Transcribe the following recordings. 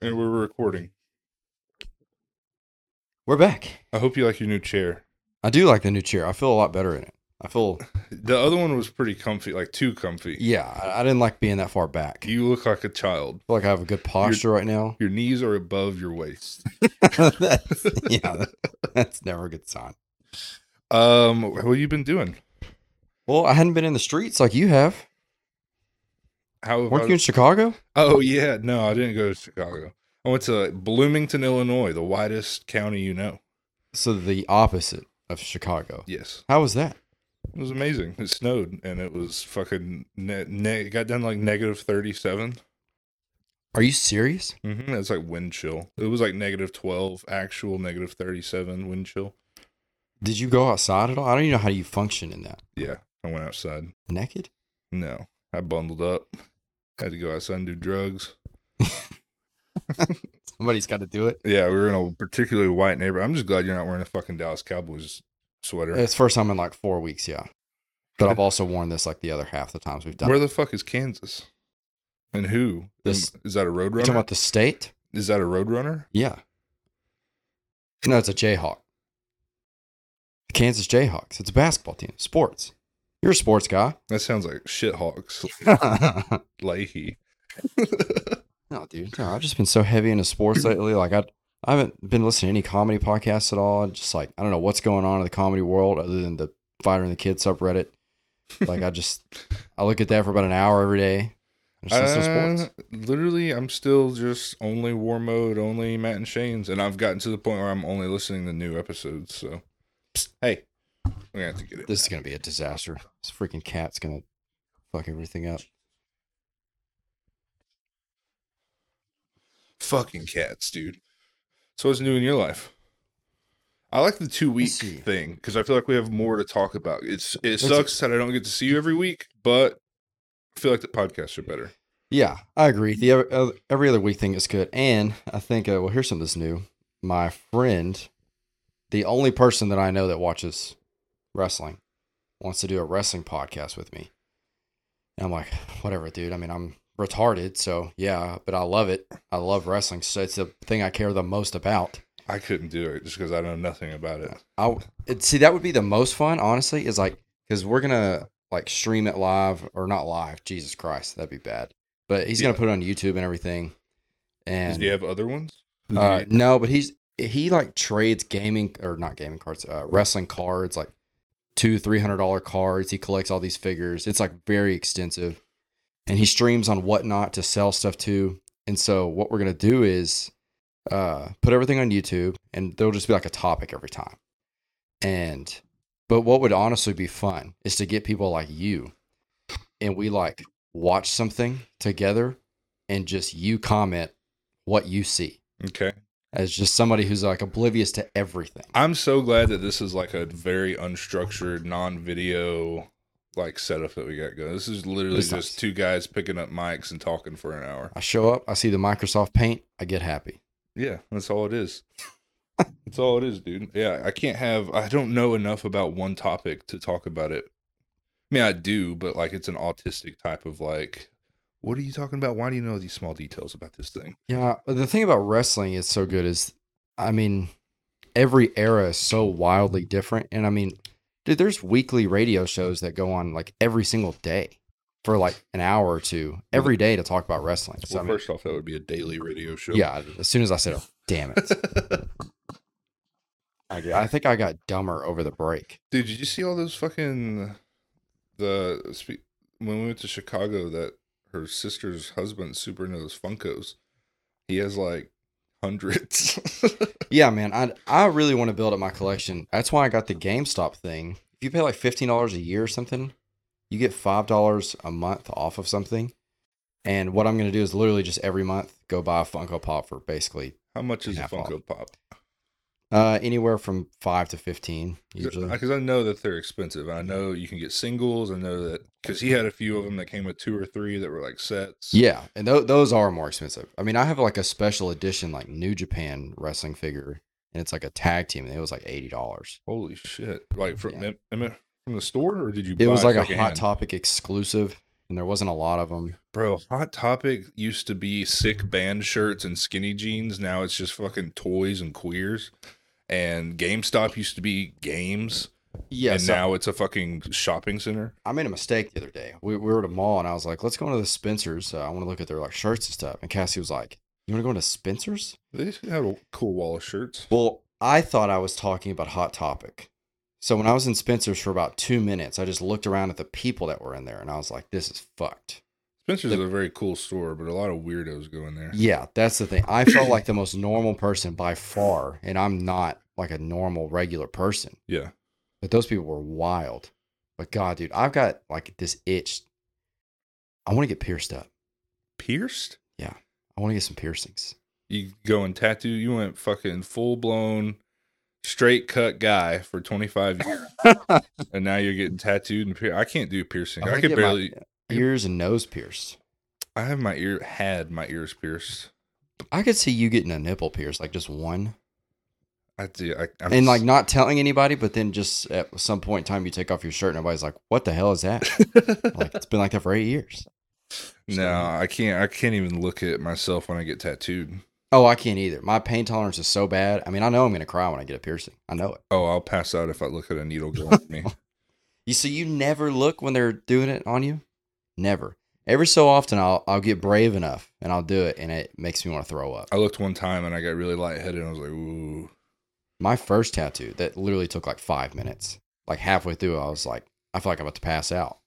and we're recording. We're back. I hope you like your new chair. I do like the new chair. I feel a lot better in it. I feel, The other one was pretty comfy, like too comfy. yeah, I, I didn't like being that far back. I You look like a child. feel like I have a good posture right now. Your knees are above your waist. that's, yeah, that- that's never a good sign. Um, what have you been doing? Well, I hadn't been in the streets like you have. How? have Weren't I- you in Chicago? oh yeah, no, I didn't go to Chicago. I went to Bloomington, Illinois, the widest county you know. So the opposite of Chicago. Yes, How was that? it was amazing. It snowed and it was fucking. Ne- ne- it got down to like negative thirty-seven. Are you serious? Mm-hmm. That's like wind chill. It was like negative twelve, actual negative thirty-seven wind chill. Did you go outside at all? I don't even know how you function in that. Yeah, I went outside. Naked? No, I bundled up. Had to go outside and do drugs. Somebody's got to do it. Yeah, we were in a particularly white neighborhood. I'm just glad you're not wearing a fucking Dallas Cowboys sweater. It's the first time in like four weeks, yeah. But I've also worn this like the other half the times we've done. Where it. the fuck is Kansas? And who? This- Is that a You talking Roadrunner? about the state? is that a Roadrunner? Yeah. No, it's a Jayhawk. The Kansas Jayhawks. It's a basketball team. Sports. You're a sports guy. That sounds like shithawks. no, Leahy. dude. No, I've just been so heavy into sports lately. Like I, I haven't been listening to any comedy podcasts at all. Just like I don't know what's going on in the comedy world other than the Fighter and the Kid subreddit. Like I just, I look at that for about an hour every day. I just listen to Uh, sports. literally, I'm still just only war mode, only Matt and Shane's, and I've gotten to the point where I'm only listening to new episodes. So, Psst, hey, we have to get it. This is gonna be a disaster. This freaking cat's gonna fuck everything up. Fucking cats, dude. So what's new in your life? I like the two week Let's see. thing because I feel like we have more to talk about. It's it it- sucks that I don't get to see you every week, but I feel like the podcasts are better. Yeah, I agree. The ev- ev- every other week thing is good, and I think uh, well, here's something that's new. My friend, the only person that I know that watches wrestling, wants to do a wrestling podcast with me. And I'm like, whatever, dude. I mean, I'm retarded, so yeah, but I love it. I love wrestling, so it's the thing I care the most about. I couldn't do it just because I know nothing about it. I it, see that would be the most fun, honestly, is like because we're gonna like stream it live or not live. Jesus Christ, that'd be bad. But he's Yeah. gonna put it on YouTube and everything. And Do you have other ones? uh, Do you- no, but he's he like trades gaming or not gaming cards, uh, wrestling cards, like two three hundred dollar cards. He collects all these figures. It's like very extensive, and he streams on whatnot to sell stuff to. And so what we're gonna do is uh, put everything on YouTube, and there'll just be like a topic every time. And but what would honestly be fun is to get people like you, and we like watch something together, and just you comment what you see okay. as just somebody who's like oblivious to everything. I'm so glad that this is like a very unstructured, non-video like setup that we got going. This is literally It's just nice. two guys picking up mics and talking for an hour. I show up, I see the Microsoft Paint, I get happy. Yeah, that's all it is. that's all it is, dude. Yeah, I can't have. I don't know enough about one topic to talk about it. I mean, I do, but like it's an autistic type of like, what are you talking about? Why do you know these small details about this thing? Yeah, but the thing about wrestling is so good is, I mean, every era is so wildly different, and I mean, dude, there's weekly radio shows that go on like every single day for like an hour or two every day to talk about wrestling. So well, I mean, first off, that would be a daily radio show. yeah, as soon as I said, oh, "Damn it," I, get- I think I got dumber over the break. Dude, did you see all those fucking the spe- when we went to Chicago that her sister's husband super into those Funkos? He has like hundreds. Yeah, man, I I really want to build up my collection. That's why I got the GameStop thing. If you pay like fifteen dollars a year or something, you get five dollars a month off of something. And what I'm gonna do is literally just every month go buy a Funko Pop for basically How much is a Half off. Funko Pop? uh, anywhere from five to fifteen usually. Because I know that they're expensive. I know you can get singles. I know that because he had a few of them that came with two or three that were like sets. Yeah, and th- those are more expensive. I mean, I have like a special edition like New Japan wrestling figure, and it's like a tag team, and it was like eighty dollars. Holy shit! Like from Yeah. I mean, from the store or did you? It was buy like a Hot secondhand? Topic exclusive. and there wasn't a lot of them. Bro, Hot Topic used to be sick band shirts and skinny jeans. Now it's just fucking toys and queers. And GameStop used to be games. Yeah, and so now it's a fucking shopping center. I made a mistake the other day. We, we were at a mall and I was like, let's go into the Spencers. Uh, I want to look at their like shirts and stuff. And Cassie was like, you want to go into Spencers? They had a cool wall of shirts. Well, I thought I was talking about Hot Topic. So when I was in Spencer's for about two minutes, I just looked around at the people that were in there and I was like, this is fucked. Spencer's is a very cool store, but a lot of weirdos go in there. Yeah, that's the thing. I felt like the most normal person by far, and I'm not like a normal, regular person. Yeah. But those people were wild. But God, dude, I've got like this itch. I want to get pierced up. Pierced? I want to get some piercings. You go and tattoo. You went fucking full blown straight cut guy for 25 years. and now you're getting tattooed and pier- I can't do piercing. I I, wanna could get my- barely. Ears and nose pierced. I have my ear, had my ears pierced. I could see you getting a nipple pierced, like just one, I do. I, I'm and like s- not telling anybody, but then just at some point in time, you take off your shirt and everybody's like, "What the hell is that?" like it's been like that for eight years. no, I can't. I can't even look at myself when I get tattooed. Oh, I can't either. My pain tolerance is so bad. I mean, I know I'm gonna cry when I get a piercing. I know it. Oh, I'll pass out if I look at a needle going at me. You see, you never look when they're doing it on you. Never. Every so often, I'll I'll get brave enough and I'll do it, and it makes me want to throw up. I looked one time and I got really lightheaded. And I was like, ooh, My first tattoo that literally took like five minutes. Like halfway through, I was like, I feel like I'm about to pass out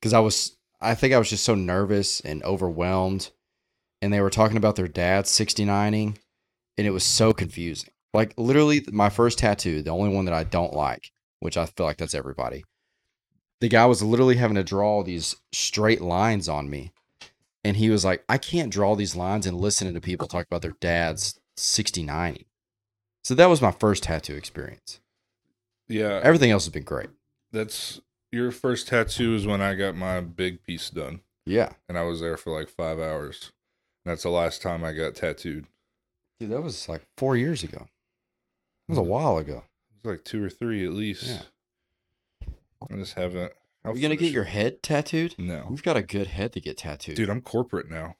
because I was. I think I was just so nervous and overwhelmed, and they were talking about their dad 69ing, and it was so confusing. Like literally, my first tattoo, the only one that I don't like, which I feel like that's everybody. The guy was literally having to draw these straight lines on me, and he was like, "I can't draw these lines." And listening to people talk about their dads 69ing. So that was my first tattoo experience. yeah. Everything else has been great. That's your first tattoo is when I got my big piece done, Yeah, and I was there for like five hours. That's the last time I got tattooed. dude, that was like four years ago. That was Mm. a while ago. It was like two or three at least. Yeah. I just haven't. Are you gonna get your head tattooed? no, You've got a good head to get tattooed, dude? I'm corporate now.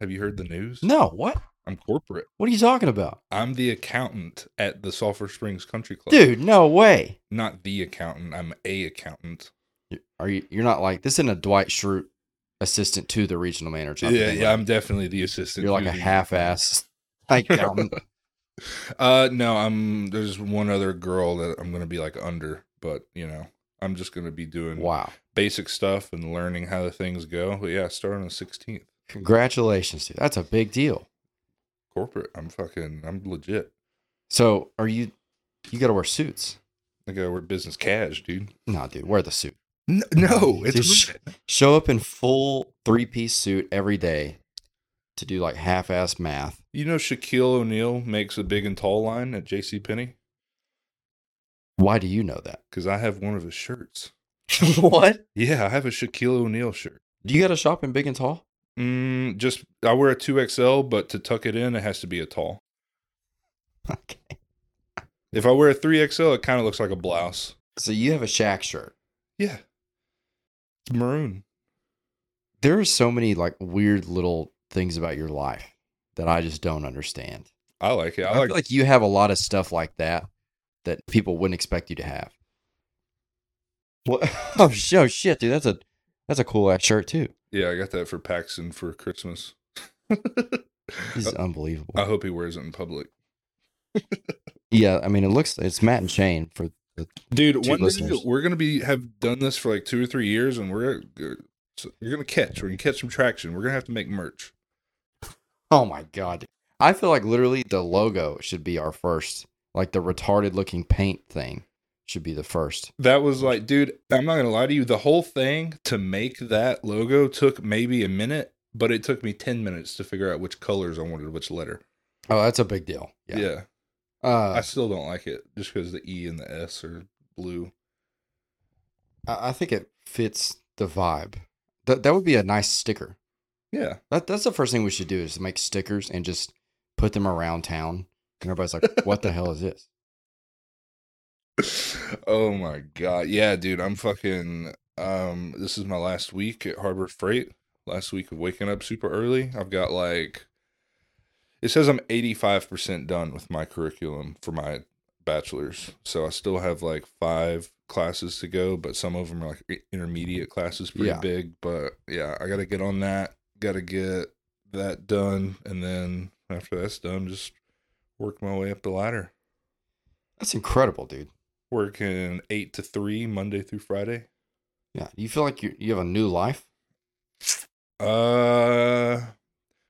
Have you heard the news? No, what? I'm corporate. What are you talking about, I'm the accountant at the Sulphur Springs Country Club. dude? No way. Not the accountant. I'm a accountant. You- Are you? You're not like this. Isn't a Dwight Schrute assistant to the regional manager? type of yeah, thing, yeah. right? I'm definitely the assistant. You're like to a the- half-ass. Like, um, Uh, no, I'm. There's one other girl that I'm gonna be like under, but you know, I'm just gonna be doing wow. basic stuff and learning how the things go. But yeah, I start on the 16th. Congratulations, dude. That's a big deal. Corporate. I'm fucking. I'm legit. So, are you? You got to wear suits. I gotta wear business cash, dude. No, dude, wear the suit. No, no it's Just- show up in full three piece suit every day to do like half ass math. you know Shaquille O'Neal makes a big and tall line at J.C. Penney Why do you know that? because I have one of his shirts. what? Yeah, I have a Shaquille O'Neal shirt. Do you got a shop in Big and Tall? Mm, just I wear a two XL, but to tuck it in, it has to be a tall. Okay. If I wear a three XL, it kind of looks like a blouse. So you have a Shaq shirt. Yeah, it's maroon. There are so many like weird little things about your life that I just don't understand. I like it. I, I like. feel like you have a lot of stuff like that that people wouldn't expect you to have. What? Oh, sh- oh shit, dude, that's a that's a cool ass shirt too. yeah, I got that for Paxton for Christmas. This is unbelievable. I hope he wears it in public. yeah, I mean, it looks it's Matt and Shane for Dude, Two one day listeners. we're gonna be have done this for like two or three years, and we're uh, so you're gonna catch. We're gonna catch some traction. We're gonna have to make merch. Oh my god. I feel like literally the logo should be our first. Like the retarded looking paint thing should be the first. That was like, dude, I'm not gonna lie to you. The whole thing to make that logo took maybe a minute, but it took me ten minutes to figure out which colors I wanted, which letter. Oh, that's a big deal. Yeah, Yeah. I Uh, still don't like it just because the E and the S are blue. I, I think it fits the vibe. That that would be a nice sticker. Yeah, That that's the first thing we should do is make stickers and just put them around town. And everybody's like, what the hell is this? oh my god yeah dude i'm fucking Um, this is my last week at Harbor Freight. Last week of waking up super early. I've got like it says I'm 85% done with my curriculum for my bachelor's. So I still have like five classes to go, but some of them are like intermediate classes, pretty Yeah. big. But yeah, I got to get on that. Got to get that done. And then after that's done, just work my way up the ladder. That's incredible, dude. Working eight to three, Monday through Friday. Yeah. Do you feel like you you have a new life? Uh,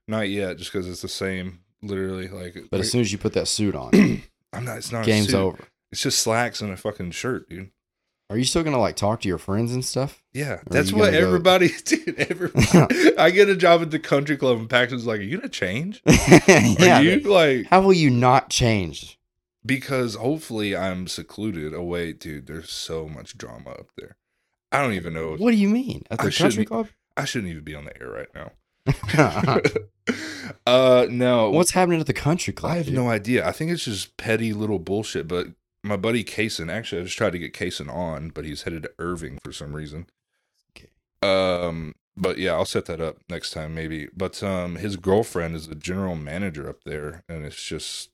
not yet, just because it's the same, literally. Like, But as soon as you put that suit on, I'm not, it's not game's a suit. over. It's just slacks and a fucking shirt, dude. Are you still gonna like talk to your friends and stuff? Yeah, you that's what gonna go- everybody did. Everybody, I get a job at the country club, and Paxton's like, "Are you gonna change? Are yeah. you dude. like How will you not change? because hopefully I'm secluded away, dude? There's so much drama up there. I don't even know. If, What do you mean? At Oh. I the country shouldn't- club? I shouldn't even be on the air right now. uh, no. What's happening at the country club? I have dude? no idea. I think it's just petty little bullshit. But my buddy Kaysen, actually, I just tried to get Kaysen on, but he's headed to Irving for some reason. Okay. Um, but yeah, I'll set that up next time maybe. But um, his girlfriend is the general manager up there, and it's just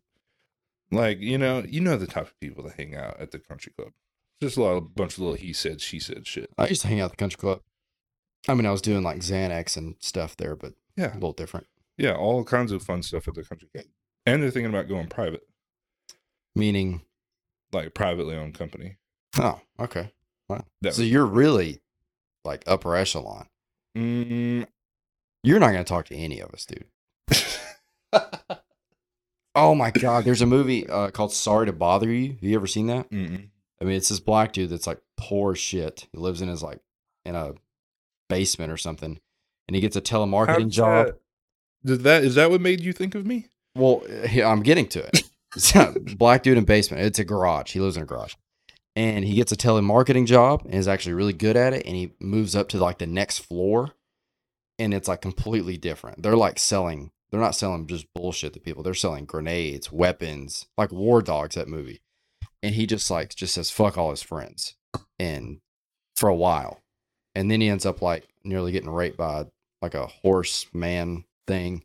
like you know, you know the type of people that hang out at the country club. Just a lot of bunch of little he said, she said shit. I used to hang out at the country club. I mean, I was doing like Xanax and stuff there, but a Yeah, little different. yeah, all kinds of fun stuff at the country club, and they're thinking about going private, Meaning, like privately owned company. oh, okay. Wow. That so you're really like upper echelon. Mm. You're not going to talk to any of us, dude. Oh my God. There's a movie uh, called Sorry to Bother You. Have you ever seen that? Mm-mm. I mean, it's this black dude that's like poor as shit. He lives in his like in a basement or something and he gets a How telemarketing does job. that- Did that is that what made you think of me? Well, he- I'm getting to it. So, Black dude in basement. It's a garage. He lives in a garage. And he gets a telemarketing job and is actually really good at it. And he moves up to like the next floor and it's like completely different. They're like selling, they're not selling just bullshit to people. They're selling grenades, weapons, like war dogs, that movie. And he just like just says fuck all his friends and for a while. And then he ends up like nearly getting raped by like a horse man thing.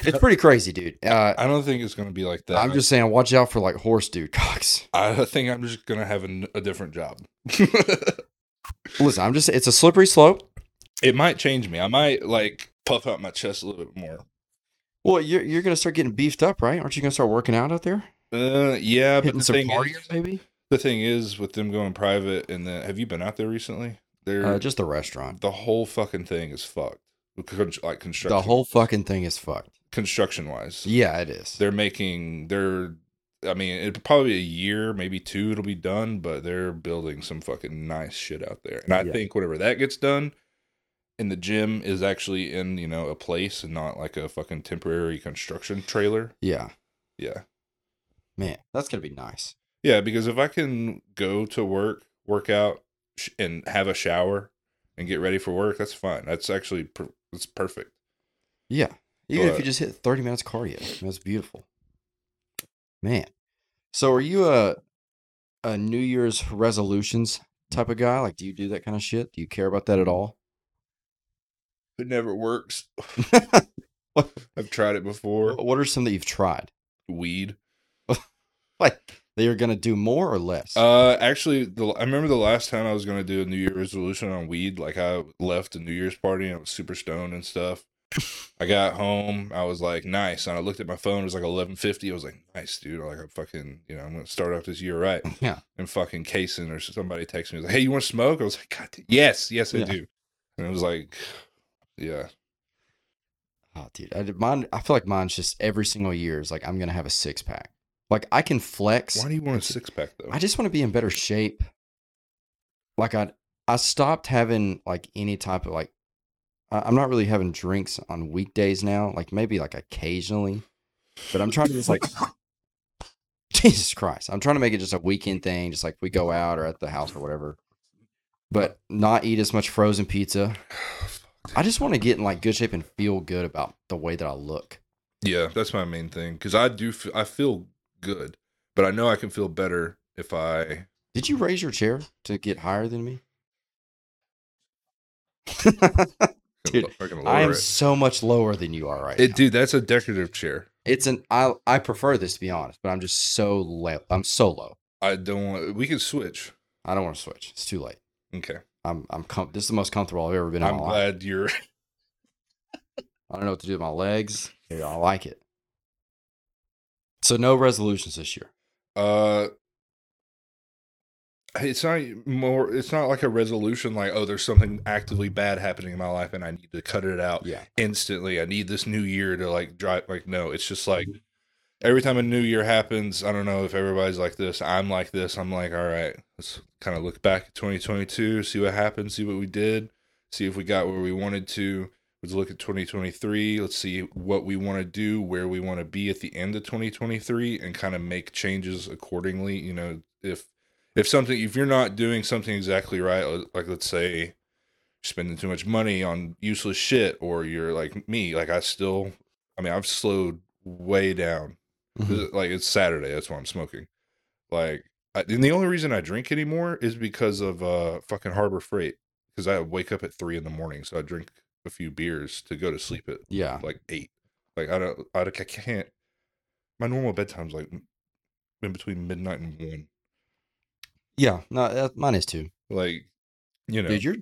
It's pretty crazy, dude. Uh, I don't think it's gonna be like that. I'm just saying, watch out for like horse dude cocks. I think I'm just gonna have an, a different job. Listen, I'm just, it's a slippery slope. it might change me. I might like puff out my chest a little bit more. Well, you're, you're going to start getting beefed up, right? Aren't you going to start working out out there? Uh, yeah, but Hitting the some thing, parties, is, maybe? the thing is with them going private, and then have you been out there recently? They're Uh, just the restaurant. the whole fucking thing is fucked. Con- Like construction, The whole fucking thing is fucked. construction wise, Yeah, it is. they're making they're. I mean, it probably a year, maybe two, it'll be done, but they're building some fucking nice shit out there. And I Yeah. think whenever that gets done, and the gym is actually in you know a place and not like a fucking temporary construction trailer. Yeah. Yeah. Man, that's going to be nice. Yeah, because if I can go to work, work out, sh- and have a shower and get ready for work, that's fine. That's actually per- that's perfect. Yeah. Even if But- you just hit 30 minutes cardio, that's beautiful. Man. So are you a, a New Year's resolutions type of guy? Like, do you do that kind of shit? Do you care about that at all? It never works. I've tried it before. what are some that you've tried? Weed. like they are going to do more or less. Uh, actually, the, I remember the last time I was gonna do a New Year resolution on weed. Like I left a New Year's party and I was super stoned and stuff. I got home. I was like, nice. And I looked at my phone. It was like eleven fifty. I was like, nice, dude. Like I'm fucking, you know, I'm gonna start off this year right. yeah, and fucking casing or somebody texted me was like, "Hey, you want to smoke?" I was like, "God, damn- yes, yes, I Yeah. do." And it was like, "Yeah, oh, dude, I did mine. I feel like mine's just every single year is like I'm gonna have a six pack. Like I can flex. why do you want a six pack though?" I just want to be in better shape. Like I, I stopped having like any type of like. I- I'm not really having drinks on weekdays now. Like maybe like occasionally, but I'm trying to just like. Jesus Christ! I'm trying to make it just a weekend thing, just like we go out or at the house or whatever, but not eat as much frozen pizza. I just want to get in like good shape and feel good about the way that I look. yeah, that's my main thing because I do. F- I feel good, but I know I can feel better if I. Did you raise your chair to get higher than me? Dude, Fucking lower I am it. so much lower than you are right It- now. dude, that's a decorative chair. It's an I I prefer this to be honest, but I'm just so low. I'm so low. I don't want. We can switch. I don't want to switch. It's too late. Okay. I'm I'm com- this is the most comfortable I've ever been. in I'm my life. glad you're. I don't know what to do with my legs. Dude, I like it. So no resolutions this year. Uh, it's not more. It's not like a resolution. Like, oh, there's something actively bad happening in my life, and I need to cut it out Yeah. instantly. I need this new year to like drive. Like, no, it's just like every time a new year happens. I don't know if everybody's like this. I'm like this. I'm like, all right, let's kind of look back at 2022, see what happened, see what we did, see if we got where we wanted to. Let's look at 2023. Let's see what we want to do, where we want to be at the end of 2023, and kind of make changes accordingly. You know, if if something if you're not doing something exactly right, like let's say spending too much money on useless shit or you're like me like i still i mean i've slowed way down Mhm. like it's saturday that's why i'm smoking like I, and the only reason i drink anymore is because of uh fucking harbor freight because i wake up at three in the morning so i drink a few beers to go to sleep at Yeah. like eight like i don't i, don't- I can't my normal bedtime's like in between midnight and one Yeah. No, that, mine is too. like you know Dude, you're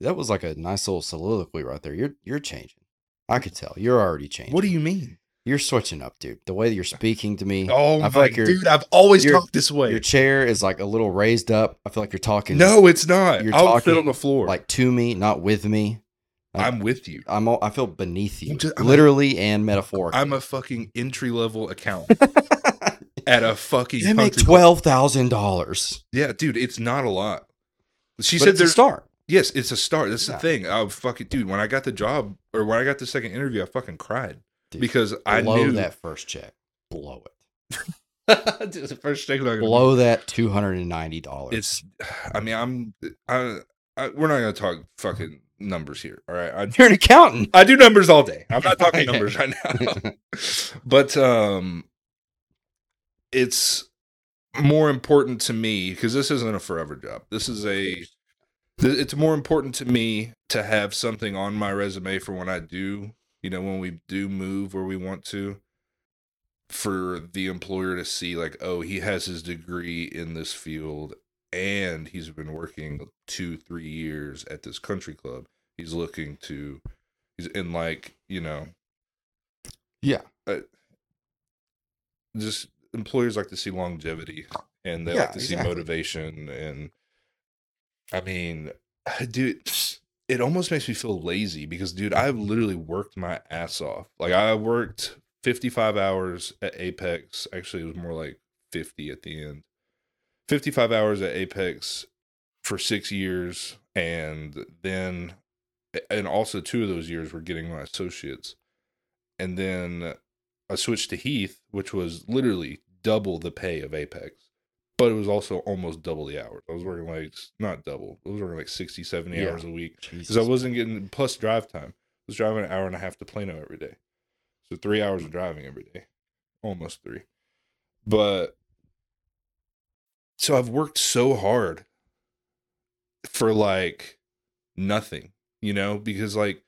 that was like a nice little soliloquy right there. You're you're changing. I could tell. You're already changing. what do you mean You're switching up, dude. The way that you're speaking to me. oh I my feel like you're- dude i've always you're- talked this way Your chair is like a little raised up. I feel like you're talking No, it's not. you're I'll sit talking, on the floor. Like like to me, not with me. I'm with you. I'm all, I feel beneath you, I'm just- I'm a- literally and metaphorically. I'm a fucking entry level account at a fucking. they make country club. twelve thousand dollars. Yeah, dude, it's not a lot. She But said it's a there's start. yes, it's a start. That's Yeah. the thing. I fucking dude. When I got the job or when I got the second interview, I fucking cried Dude, because I blow knew that first check. Blow it. Dude, the first thing I'm gonna- Blow that two hundred and ninety dollars. It's. I mean, I'm. I, I. We're not gonna talk fucking numbers here. All right. I you're an accountant. I do numbers all day. I'm not talking numbers right now. but um it's more important to me because this isn't a forever job. This is a th- it's more important to me to have something on my resume for when I do, you know, when we do move where we want to for the employer to see like, oh, he has his degree in this field and he's been working 2 3 years at this country club. He's looking to he's in like you know uh, Yeah. just employers like to see longevity and they Yeah, like to see exactly. motivation and i mean dude it almost makes me feel lazy because dude i've literally worked my ass off like i worked 55 hours at apex actually it was more like 50 at the end 55 hours at apex for six years and then and also two of those years were getting my associates and then i switched to heath which was literally double the pay of apex but it was also almost double the hours i was working like not double i was working like 60 70 Yeah. hours a week because Jesus. I wasn't getting plus drive time. I was driving an hour and a half to Plano every day, so three hours of driving every day, almost three. But so I've worked so hard for like nothing, you know, because like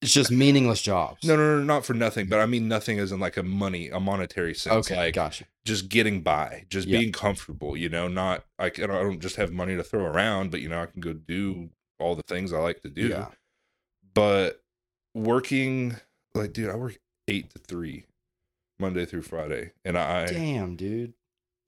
it's just meaningless jobs. no, no, no, not for nothing, but I mean nothing as in like a money, a monetary sense, Okay, like gotcha. just getting by, just Yeah. being comfortable, you know, not like I don't, I don't just have money to throw around, but you know, I can go do all the things I like to do Yeah. but working like dude i work eight to three monday through friday and i Damn, dude.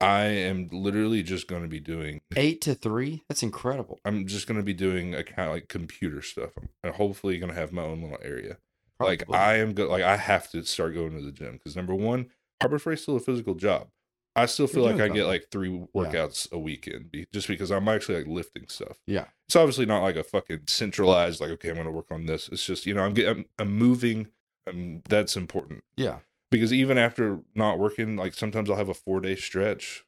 i am literally just going to be doing Eight to three. That's incredible. i'm just going to be doing a kind of like computer stuff i'm hopefully going to have my own little area like Probably. i am go- like i have to start going to the gym because number one harbor freight's still a physical job i still feel You're like doing i get something. like three workouts a weekend be- just because i'm actually like lifting stuff Yeah. it's obviously not like a fucking centralized like okay i'm gonna work on this it's just you know i'm getting i'm, I'm moving um that's important Yeah. because even after not working like sometimes i'll have a four day stretch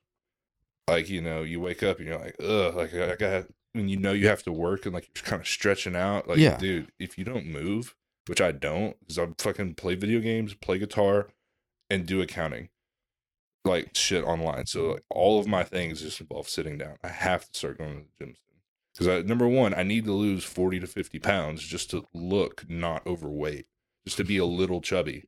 like you know you wake up and you're like ugh like i I got and you know you have to work and like you're kind of stretching out like Yeah. dude if you don't move which i don't because i fucking play video games play guitar and do accounting like shit online so like, all of my things just involve sitting down i have to start going to the gym soon Because number one, I need to lose forty to fifty pounds just to look not overweight, just to be a little chubby,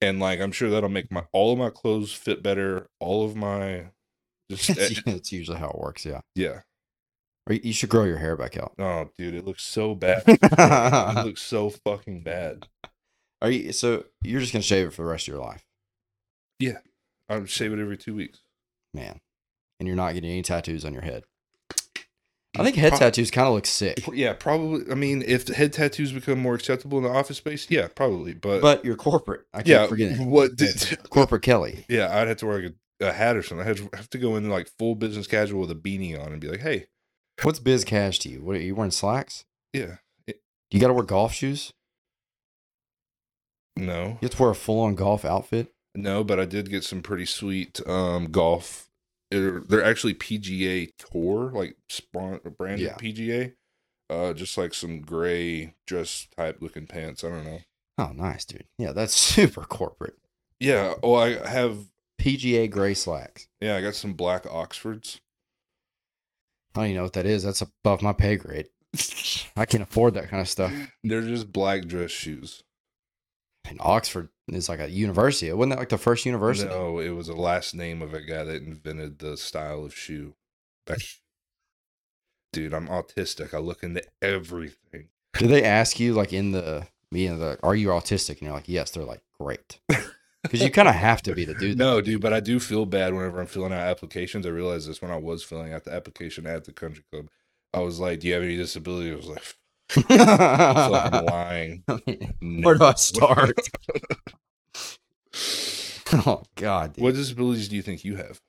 and like I'm sure that'll make my all of my clothes fit better, all of my just eh, That's that's usually how it works. Yeah. yeah. Or you- you should grow your hair back out. Oh, dude, it looks so bad. it Are looks so fucking bad. you so you're just gonna shave it for the rest of your life, I shave it every two weeks. man? And you're not getting any tattoos on your head. I think head Pro- tattoos kind of look sick, Yeah, probably. I mean, if the head tattoos become more acceptable in the office space, yeah, probably. But, but you're corporate. I yeah, can't forget it. what did? corporate Kelly. Yeah, I'd have to wear like a, a hat or something. I would have to go in like full business casual with a beanie on and be like, "Hey, What's biz cash to you? What are you wearing slacks? yeah, You got to wear golf shoes. no, You have to wear a full on golf outfit. no." But I did get some pretty sweet um golf. They're, they're actually PGA Tour, like spon- branded Yeah. PGA. Uh, just like some gray dress type looking pants. I don't know. Oh, nice, dude. Yeah, that's super corporate. Yeah. Oh, I have. PGA gray slacks. Yeah, I got some black Oxfords. I don't even know what that is. That's above my pay grade. I can't afford that kind of stuff. They're just black dress shoes. And Oxford is like a university. Wasn't that like the first university? No, it was the last name of a guy that invented the style of shoe. Back- Dude, I'm autistic. I look into everything. Did they ask you like in the meeting, like, are you autistic? And you're like, yes. They're like, great. Because you kind of have to be to do that. No, dude, but I do feel bad whenever I'm filling out applications. I realized this when I was filling out the application at the country club. I was like, "Do you have any disability?" I was like, I feel like "I'm lying." Where do No. I start? oh God. dude. What disabilities do you think you have?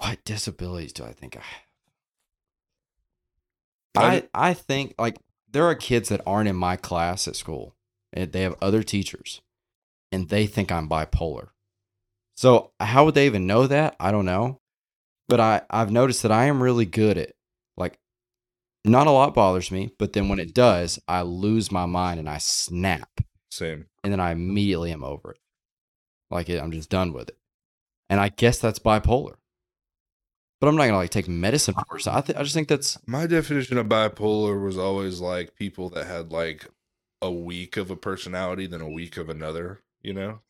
what disabilities do I think I have? I- I I think like there are kids that aren't in my class at school, and they have other teachers, and they think I'm bipolar. So how would they even know that? I don't know, but I I've noticed that I am really good at like not a lot bothers me, but then when it does, I lose my mind and I snap Same. and then I immediately am over it. Like I'm just done with it. And I guess that's bipolar. But I'm not gonna like take medicine for it. So I, th- I just think that's My definition of bipolar was always like people that had like a week of a personality than a week of another, you know?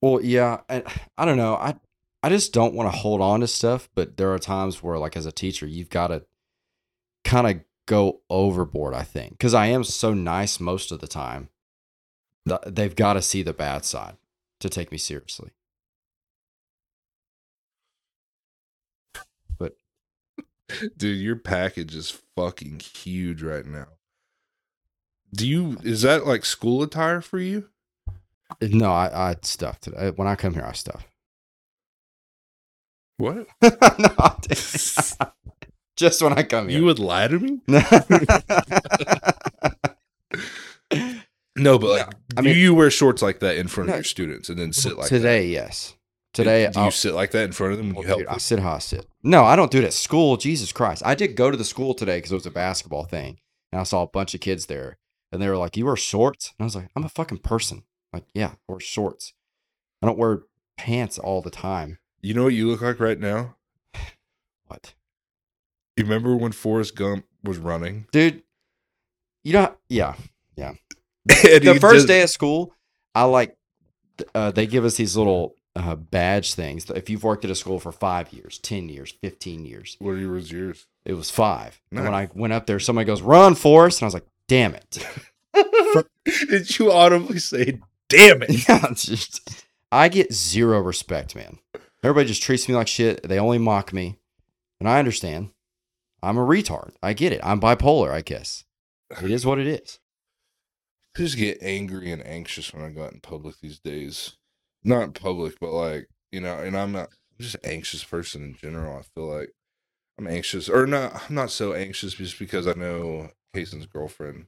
well, yeah. I, I don't know. I I just don't want to hold on to stuff. But there are times where, like as a teacher, you've got to kind of go overboard. I think because I am so nice most of the time. th- They've got to see the bad side to take me seriously. Dude, your package is fucking huge right now. Do you is that like school attire for you? No, I, I stuff today. uh, When I come here, I stuff. What? no, I didn't. just when I come here. You would lie to me? No, but like I do mean- you wear shorts like that in front of No. your students and then sit like today, yes. Today, that? Do I'll- you sit like that in front of them when well, you help dude, I them? sit how I sit. No, I don't do it at school. Jesus Christ, I did go to the school today because it was a basketball thing, and I saw a bunch of kids there, and they were like, "You wear shorts?" And I was like, "I'm a fucking person. Like, yeah, I wear shorts. I don't wear pants all the time." You know what you look like right now? What, You remember when Forrest Gump was running? dude? You know, yeah. And the he first just- day of school, I like th- uh, they give us these little uh, badge things. If you've worked at a school for five years, ten years, fifteen years, What year was yours? it was five. And when I Nice. went up there, somebody goes, "Run, Forrest," and I was like, "Damn it!" Did you audibly say, damn Yeah, it's just- I get zero respect, man. Everybody just treats me like shit. They only mock me, and I understand. I'm a retard. I get it. I'm bipolar. I guess it is what it is. I just get angry and anxious when I go out in public these days. Not in public, but like, you know, and I'm not I'm just an anxious person in general. I feel like I'm anxious or not I'm not so anxious just because I know Kaysen's girlfriend.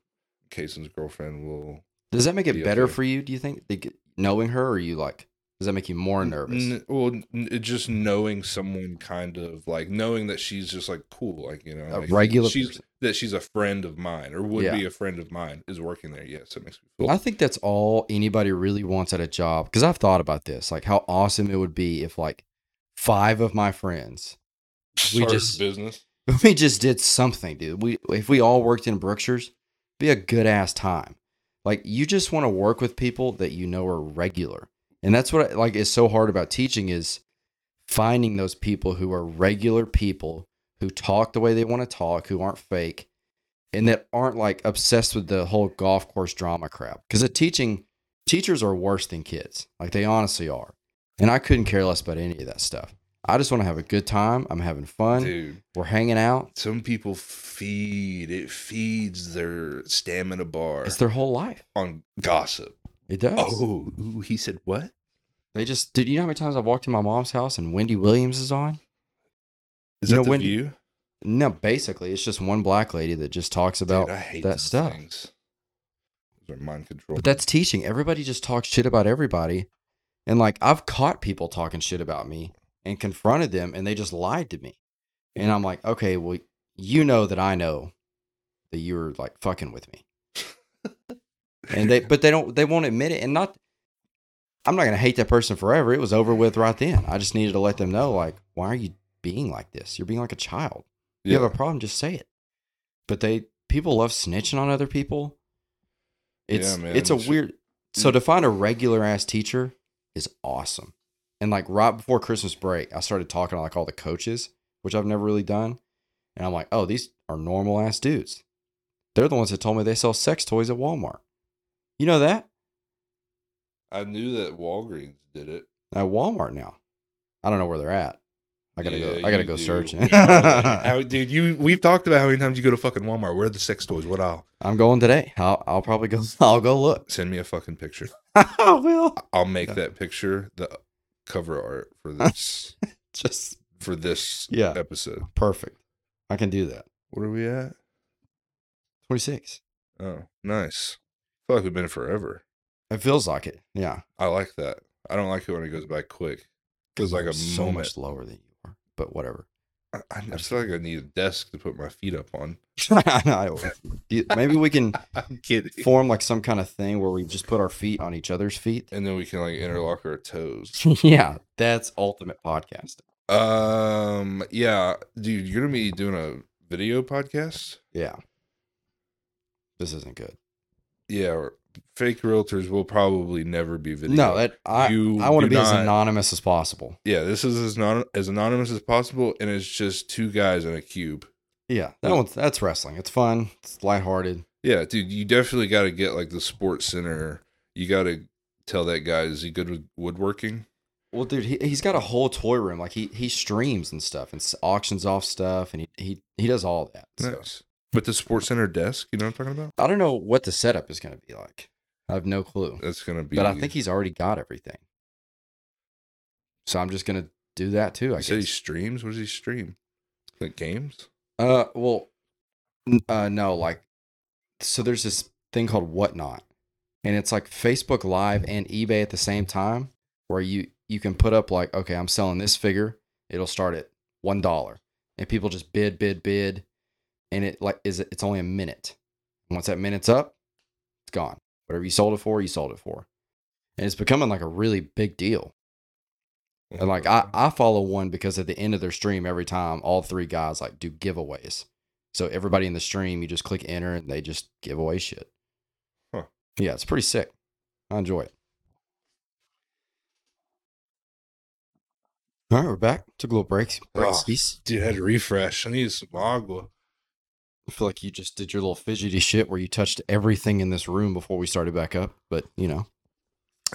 Kaysen's girlfriend will Does that make it Be better okay. for you? Do you think They get- knowing her, or you like? Does that make you more nervous? N- well, n- it just knowing someone kind of like knowing that she's just like cool, like you know, A like, regular she's person. that she's a friend of mine or would Yeah. be a friend of mine is working there. Yes, it makes me feel. I think that's all anybody really wants at a job. Because I've thought about this, like how awesome it would be if like five of my friends We Start just- business. we just did something, dude. We if we all worked in Brookshire's, be a good ass time. Like you just want to work with people that you know are regular, and that's what like is so hard about teaching is finding those people who are regular people who talk the way they want to talk, who aren't fake, and that aren't like obsessed with the whole golf course drama crap. Because the teaching teachers are worse than kids, like they honestly are. And I couldn't care less about any of that stuff. I just want to have a good time. I'm having fun. Dude, We're hanging out. some people feed it feeds their stamina bar It's their whole life. on gossip. It does. Oh, ooh, he said what? They just did. You know how many times I've walked in my mom's house and Wendy Williams is on? Is You that know, the when- view? No, basically, it's just one black lady that just talks about. Dude, I hate that those stuff. Things. Those are mind control. but that's teaching. Everybody just talks shit about everybody, and like I've caught people talking shit about me and confronted them, and they just lied to me, and I'm like, okay, well, you know that I know that you were like fucking with me. and they but they don't they won't admit it and not i'm not going to hate that person forever it was over with right then i just needed to let them know like why are you being like this you're being like a child you have a problem just say it but they people love snitching on other people it's Yeah, man, it's a it's- Mm. weird so to find a regular ass teacher is awesome and like right before christmas break i started talking to like all the coaches which i've never really done and i'm like oh these are normal ass dudes they're the ones that told me they sell sex toys at walmart you know that I knew that Walgreens did it. at Walmart now. I don't know where they're at. I gotta Yeah, go. I gotta you go do. searching. How- dude, you we've talked about how many times you go to fucking Walmart. Where are the sex toys? What aisle? I'm going today. I'll, I'll probably go. I'll go look. Send me a fucking picture. I will. I'll make that picture the cover art for this Just for this Yeah. episode. perfect. I can do that. What are we at? Twenty six. Oh, nice. I feel like we've been forever. It feels like it. Yeah. I like that. I don't like it when it goes by quick. Feels like a so moment. much lower than you are, but whatever. I, I I feel like I need a desk to put my feet up on. I know. Do you- Maybe we can I'm kidding. form like some kind of thing where we just put our feet on each other's feet. And then we can like interlock our toes. yeah, that's ultimate podcasting. Um, yeah, dude, you're gonna be doing a video podcast. Yeah. This isn't good. Yeah, or fake realtors will probably never be video. No, that I You I want to do be as not- anonymous as possible. yeah, this is as non as anonymous as possible, and it's just two guys in a cube. Yeah, that Yeah. one's that's wrestling. It's fun. It's lighthearted. Yeah, dude, you definitely got to get like the sports center. You got to tell that guy is he good with woodworking? Well, dude, he he's got a whole toy room. Like he he streams and stuff and s- auctions off stuff and he he, he does all that. So. Nice. But the sports center desk, you know what I'm talking about? I don't know what the setup is going to be like. I have no clue. That's gonna be. But I think he's already got everything. So I'm just going to do that too, I You said he guess. streams. What does he stream? Like games? Uh well n- uh no, like so there's this thing called Whatnot. And it's like Facebook Live and eBay at the same time where you you can put up like, okay, I'm selling this figure. It'll start at one dollar. And people just bid, bid, bid. And it like is it's only a minute. And once that minute's up, it's gone. Whatever you sold it for, you sold it for. And it's becoming like a really big deal. And like I, I follow one because at the end of their stream every time all three guys like do giveaways. So everybody in the stream, you just click enter and they just give away shit. Huh. Yeah, it's pretty sick. I enjoy it. All right, we're back. Took a little break. Breakskies. Dude, I had to refresh. I need some agua. I feel like you just did your little fidgety shit where you touched everything in this room before we started back up. But you know,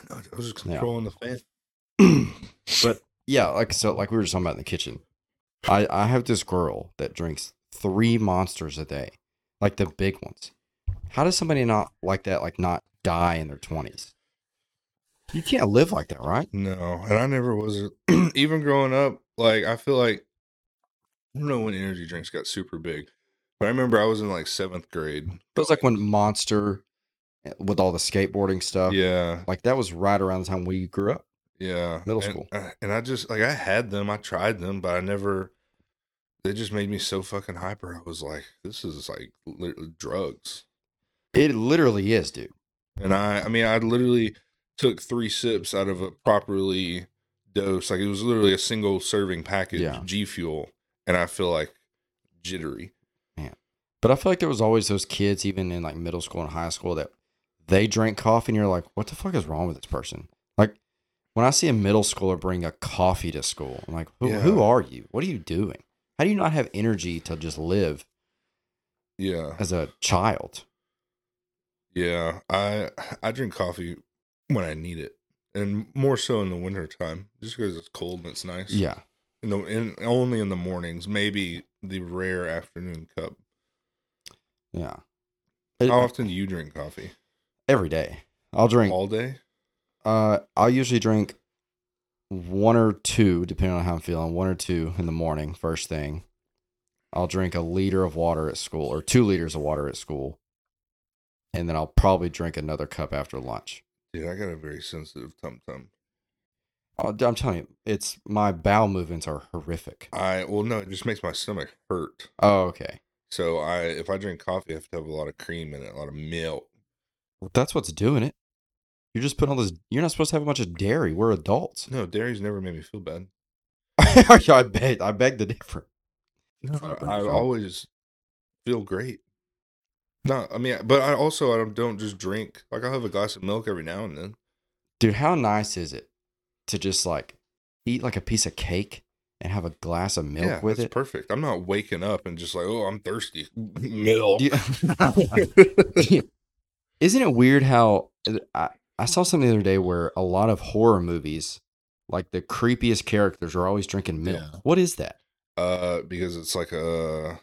No, I was just Yeah. controlling the fan. but yeah, like so, like we were just talking about in the kitchen. I I have this girl that drinks three monsters a day, like the big ones. How does somebody not like that? Like not die in their twenties? You can't live like that, right? No, and I never was. even growing up, like I feel like I don't know when energy drinks got super big, but I remember I was in like seventh grade. But it's like when Monster, eh, with all the skateboarding stuff, Yeah, like that was right around the time we grew up. yeah, Middle and, school. uh, and I just like I had them. I tried them, but I never. They just made me so fucking hyper. I was like, this is like literally drugs. It literally is, dude. And I, I mean, I literally took three sips out of a properly dose. Like it was literally a single serving package Yeah. G Fuel. and I feel like jittery. But I feel like there was always those kids, even in like middle school and high school, that they drank coffee, and you're like, what the fuck is wrong with this person? Like when I see a middle schooler bring a coffee to school, I'm like, who, Yeah. who are you? What are you doing? How do you not have energy to just live Yeah. as a child? Yeah, I I drink coffee when I need it, and more so in the winter time, just because it's cold and it's nice. Yeah, you know, and only in the mornings, maybe the rare afternoon cup. yeah. E, How often do you drink coffee? Every day, I'll drink. All day? Uh, I'll usually drink one or two, depending on how I'm feeling, one or two in the morning, first thing. I'll drink a liter of water at school or two liters of water at school. And then I'll probably drink another cup after lunch. Dude, I got a very sensitive tum tum. Oh, I'm telling you, it's my bowel movements are horrific. I well, no, it just makes my stomach hurt. Oh, okay. So I, if I drink coffee, I have to have a lot of cream in it, a lot of milk. Well, that's what's doing it. You're just putting all this, you're not supposed to have a bunch of dairy. We're adults. No, dairy's never made me feel bad. I beg, I beg the differ. No, It's not I, bad. always feel great. No, I mean, but I also I don't, don't just drink. Like I'll have a glass of milk every now and then. Dude, how nice is it to just like eat like a piece of cake and have a glass of milk yeah, with that's it? perfect. I'm not waking up and just like, oh, I'm thirsty. Milk. Do you- Isn't it weird how uh, I, I saw something the other day where a lot of horror movies, like the creepiest characters, are always drinking milk. Yeah. What is that? Uh, because it's like a,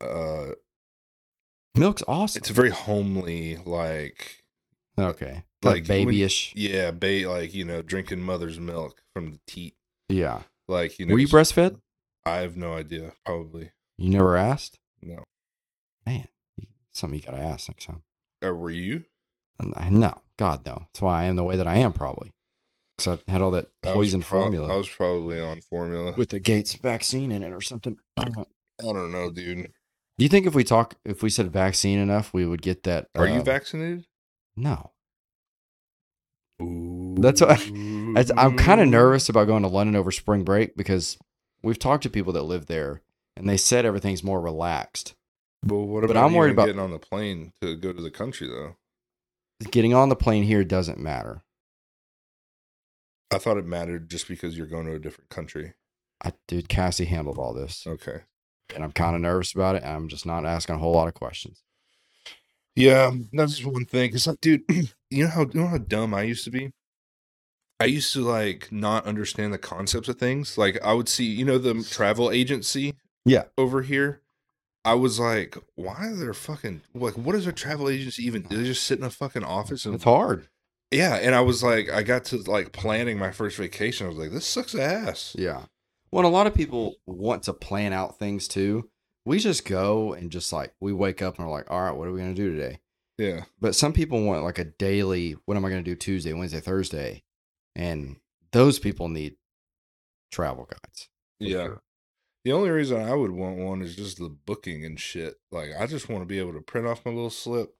uh, Milk's awesome. it's a very homely, like, okay, like, like babyish. yeah, ba- like you know, drinking mother's milk from the teat. yeah. Like you know, Were you just- breastfed? I have no idea. Probably You never asked. no. Man, something you gotta ask next time. Uh, were you? No, God no. That's why I am the way that I am probably. Because I had all that I was poison prob- formula. I was probably on formula. with the Gates vaccine in it or something. Do I don't know, dude. you think if we talk, if we said vaccine enough, we would get that? Are uh, you vaccinated? No, That's what That's- I'm kind of nervous about going to London over spring break because we've talked to people that live there and they said everything's more relaxed. But what but about I'm worried even about- getting on the plane to go to the country though? Getting on the plane here doesn't matter. I thought it mattered just because you're going to a different country. I, dude, Cassie handled all this, Okay. and I'm kind of nervous about it. and I'm just not asking a whole lot of questions. Yeah, um, that's one thing. It's like, dude, you know how you know how dumb I used to be. I used to like not understand the concepts of things. Like I would see, you know, the travel agency. Yeah. Over here, I was like, why are there fucking like what is a travel agency even? Do they just sit in a fucking office and It's hard. yeah? And I was like, I got to like planning my first vacation. I was like, this sucks ass. Yeah. Well, and a lot of people want to plan out things too. We just go and just like we wake up and we're like, all right, what are we gonna do today? Yeah. But some people want like a daily, what am I gonna do Tuesday, Wednesday, Thursday? And those people need travel guides. for Yeah. sure. The only reason I would want one is just the booking and shit. Like I just want to be able to print off my little slip,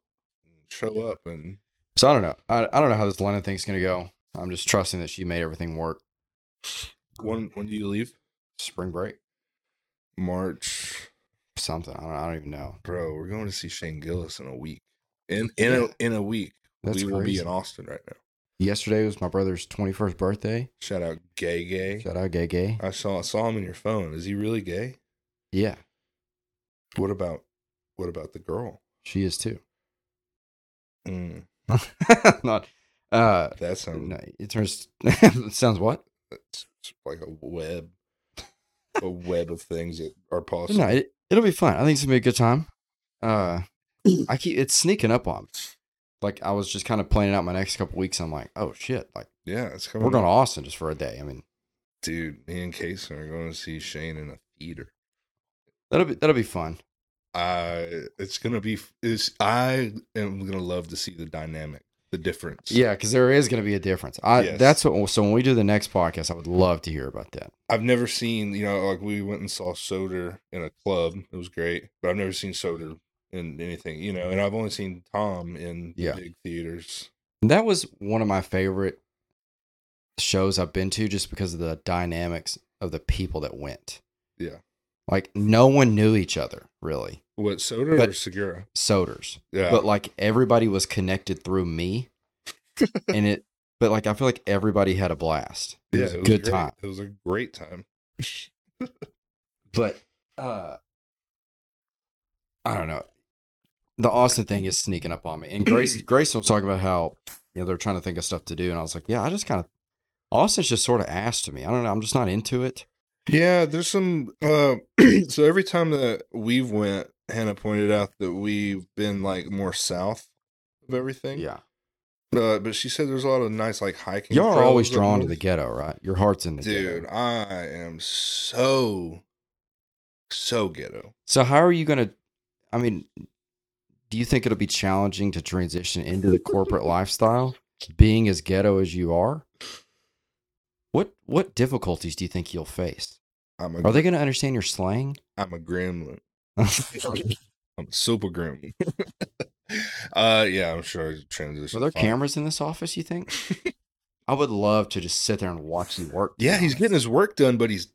show up, and So I don't know. I, I don't know how this London thing's gonna go. I'm just trusting that she made everything work. when when do you leave? Spring break, March, something. I don't, I don't even know. bro. We're going to see Shane Gillis in a week. In in a, Yeah. in a week, That's we crazy. will be in Austin right now. Yesterday was my brother's 21st birthday. Shout out Gay Gay. Shout out, gay, gay. I saw I saw him in your phone. Is he really gay? Yeah, What about what about the girl? she is too. Mm, Not. Uh, that sounds No, it turns. it sounds what? it's like a web, a web of things that are possible. No, it, it'll be fun. I think it's gonna be a good time. Uh, I keep it's sneaking up on. me. Like I was just kind of planning out my next couple weeks. I'm like, oh shit! Like yeah, it's coming. we're going to Austin just for a day. I mean, dude, me and Kason are going to see Shane in a theater. that'll be that'll be fun. I it's gonna be is I am gonna love to see the dynamic, the difference. Yeah, because there is gonna be a difference. I Yes. that's what. So when we do the next podcast, I would love to hear about that. I've never seen you know like we went and saw Soder in a club. It was great, but I've never seen Soder in anything you know, and I've only seen Tom in the Yeah. big theaters. That was one of my favorite shows I've been to, just because of the dynamics of the people that went. Yeah. Like no one knew each other really. What soda or But- Segura? Soders. Yeah, but like everybody was connected through me and it but like i feel like everybody had a blast it yeah, was a it was good great. time It was a great time. but uh i don't know the austin thing is sneaking up on me and grace grace was talking about how you know they're trying to think of stuff to do and i was like yeah i just kind of austin's just sort of asked to me i don't know i'm just not into it Yeah, there's some. Uh, so every time that we've went, Hannah pointed out that we've been like more south of everything. yeah Uh, but she said there's a lot of nice like hiking. y'all are trails always up drawn to north. the ghetto right your heart's in the Dude, ghetto I am so so ghetto. so how are you gonna i mean do you think it'll be challenging to transition into the corporate lifestyle being as ghetto as you are what what difficulties do you think you'll face I'm a are they going to understand your slang am a gremlin. I'm a super gremlin. uh, yeah, I'm sure transition. are there fine. cameras in this office you think i would love to just sit there and watch you work Yeah, he's getting his work done, but he's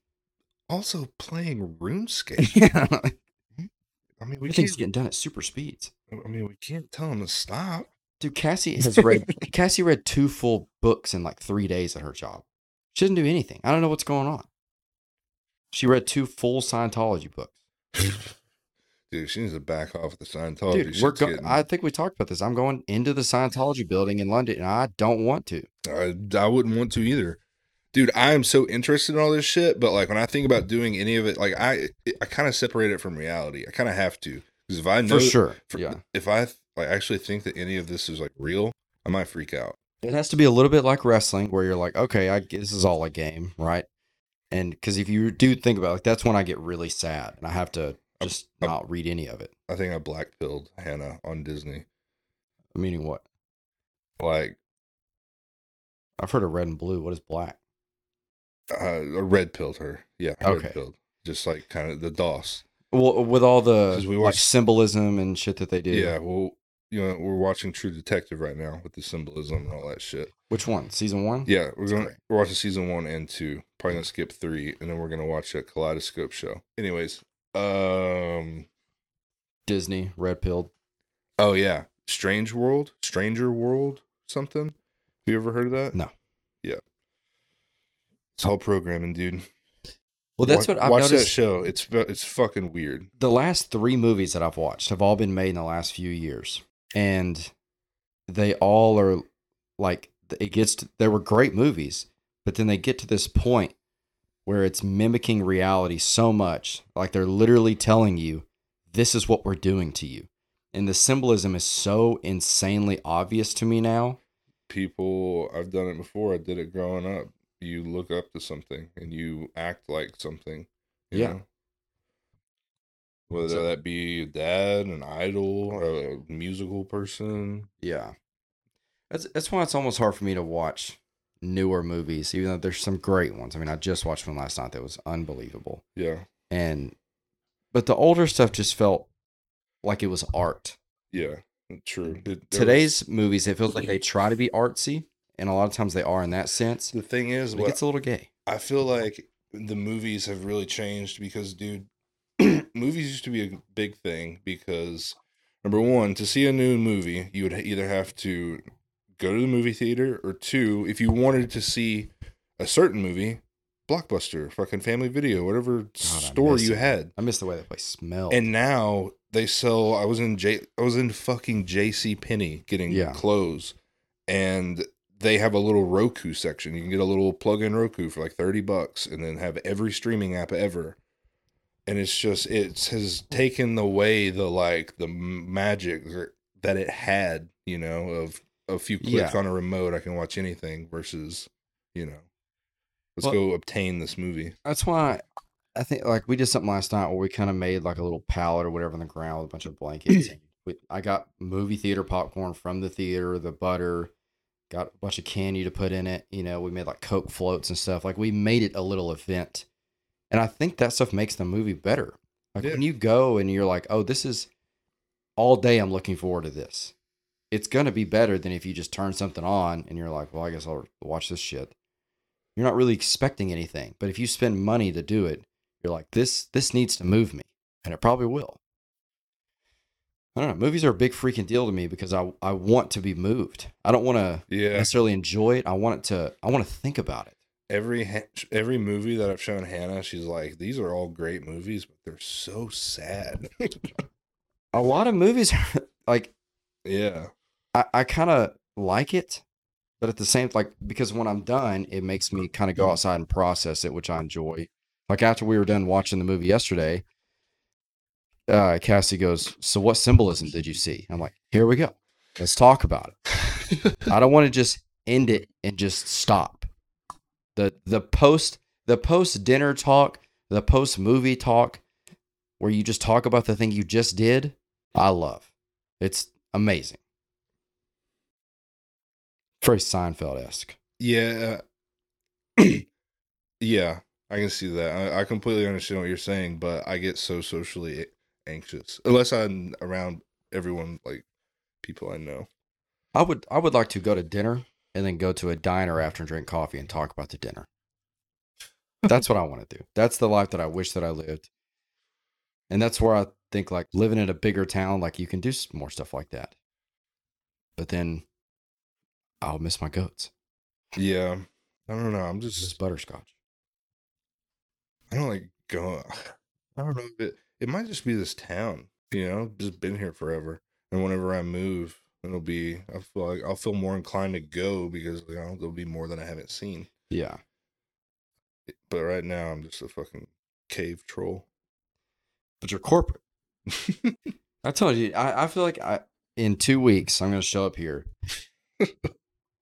also playing RuneScape. yeah I mean, we can't. everything's getting done at super speeds I mean, we can't tell him to stop. dude cassie has read cassie read two full books in like three days at her job she doesn't do anything i don't know what's going on she read two full scientology books Dude, she needs to back off the Scientology. Oh, Dude, we're shit's go- getting- I think we talked about this. I'm going into the Scientology building in London, and I don't want to. I, I wouldn't want to either. Dude, I am so interested in all this shit, but like when I think about doing any of it, like I I kind of separate it from reality. I kind of have to because if I know for sure. for- yeah. if I like actually think that any of this is like real, I might freak out. It has to be a little bit like wrestling, where you're like, okay, I, this is all a game, right? And because if you do think about it, like, that's when I get really sad, and I have to Um, just um, not read any of it. I think I black pilled Hannah on Disney. Meaning what? Like I've heard of red and blue. What is black? uh, red pilled her. Yeah, red Okay. pilled. Just like kind of the DOS. Well, with all the 'Cause we like watched- symbolism and shit that they do. Yeah. well, you know, we're watching True Detective right now with the symbolism and all that shit. Which one? Season one? Yeah, we're gonna Sorry. we're watching season one and two. Probably gonna skip three, and then we're gonna watch a kaleidoscope show. Anyways, um, Disney red pilled. oh yeah, Strange World, Stranger World, something. Have you ever heard of that? No. Yeah, it's all programming, dude. Well, that's Wa- what I've watch noticed. that show. It's fu- it's fucking weird. the last three movies that I've watched have all been made in the last few years, and they all are like it gets. To, they were great movies, but then they get to this point where it's mimicking reality so much, like they're literally telling you, "This is what we're doing to you," and the symbolism is so insanely obvious to me now. People, I've done it before. I did it growing up. You look up to something and you act like something. you Yeah. know? Whether So- that be a dad, an idol, a musical person. Yeah. That's that's why it's almost hard for me to watch newer movies, even though there's some great ones. I mean, I just watched one last night that was unbelievable. Yeah. And but the older stuff just felt like it was art. Yeah. True. It- there- Today's movies, it feels like they try to be artsy, and a lot of times they are in that sense. the thing is, But it what gets a little gay. I feel like the movies have really changed because, dude, movies used to be a big thing because, number one, to see a new movie, you would either have to go to the movie theater, or two, if you wanted to see a certain movie, Blockbuster, fucking Family Video, whatever store miss you it. had. I miss the way that place smelled. And now they sell. I was in J. I was in fucking J.C. Penney getting Yeah. clothes, and they have a little Roku section. You can get a little plug-in Roku for like thirty bucks, and then have every streaming app ever. And it's just it has taken away the like the m- magic that it had, you know, of a few clicks Yeah. on a remote, I can watch anything versus, you know, let's Well- go obtain this movie. that's why I think like we did something last night where we kind of made like a little pallet or whatever on the ground with a bunch of blankets. and we, I got movie theater popcorn from the theater, the butter, got a bunch of candy to put in it. You know, we made like Coke floats and stuff. Like we made it a little event, and I think that stuff makes the movie better. Like Yeah. when you go and you're like, oh, this is all day. I'm looking forward to this. It's gonna be better than if you just turn something on and you're like, well, I guess I'll watch this shit. you're not really expecting anything. But if you spend money to do it, you're like, this this needs to move me. And it probably will. I don't know. Movies are a big freaking deal to me because I I want to be moved. I don't want to Yeah. necessarily enjoy it. I want it to I want to think about it. Every ha- every movie that I've shown Hannah, she's like, "These are all great movies, but they're so sad." A lot of movies are like yeah. I, I kind of like it, but at the same like because when I'm done, it makes me kind of go outside and process it, which I enjoy. Like after we were done watching the movie yesterday, uh, Cassie goes, "So what symbolism did you see?" I'm like, "Here we go. Let's talk about it." I don't want to just end it and just stop. the the post The post dinner talk, the post movie talk, where you just talk about the thing you just did. I love. It's amazing very Seinfeld esque. Yeah. yeah, I can see that. I, I completely understand what you're saying, but I get so socially anxious unless I'm around everyone like people I know. I would I would like to go to dinner and then go to a diner after and drink coffee and talk about the dinner. That's what I want to do. That's the life that I wish that I lived. And that's where I think like living in a bigger town, like you can do s- more stuff like that. But then I'll miss my goats. Yeah. I don't know. I'm This is just butterscotch. I don't like going I don't know if it it might just be this town, you know, just been here forever. And whenever I move, it'll be I feel like I'll feel more inclined to go because you know, there'll be more than I haven't seen. Yeah. But right now I'm just a fucking cave troll. But you're corporate. I told you, I, I feel like I in two weeks I'm gonna show up here.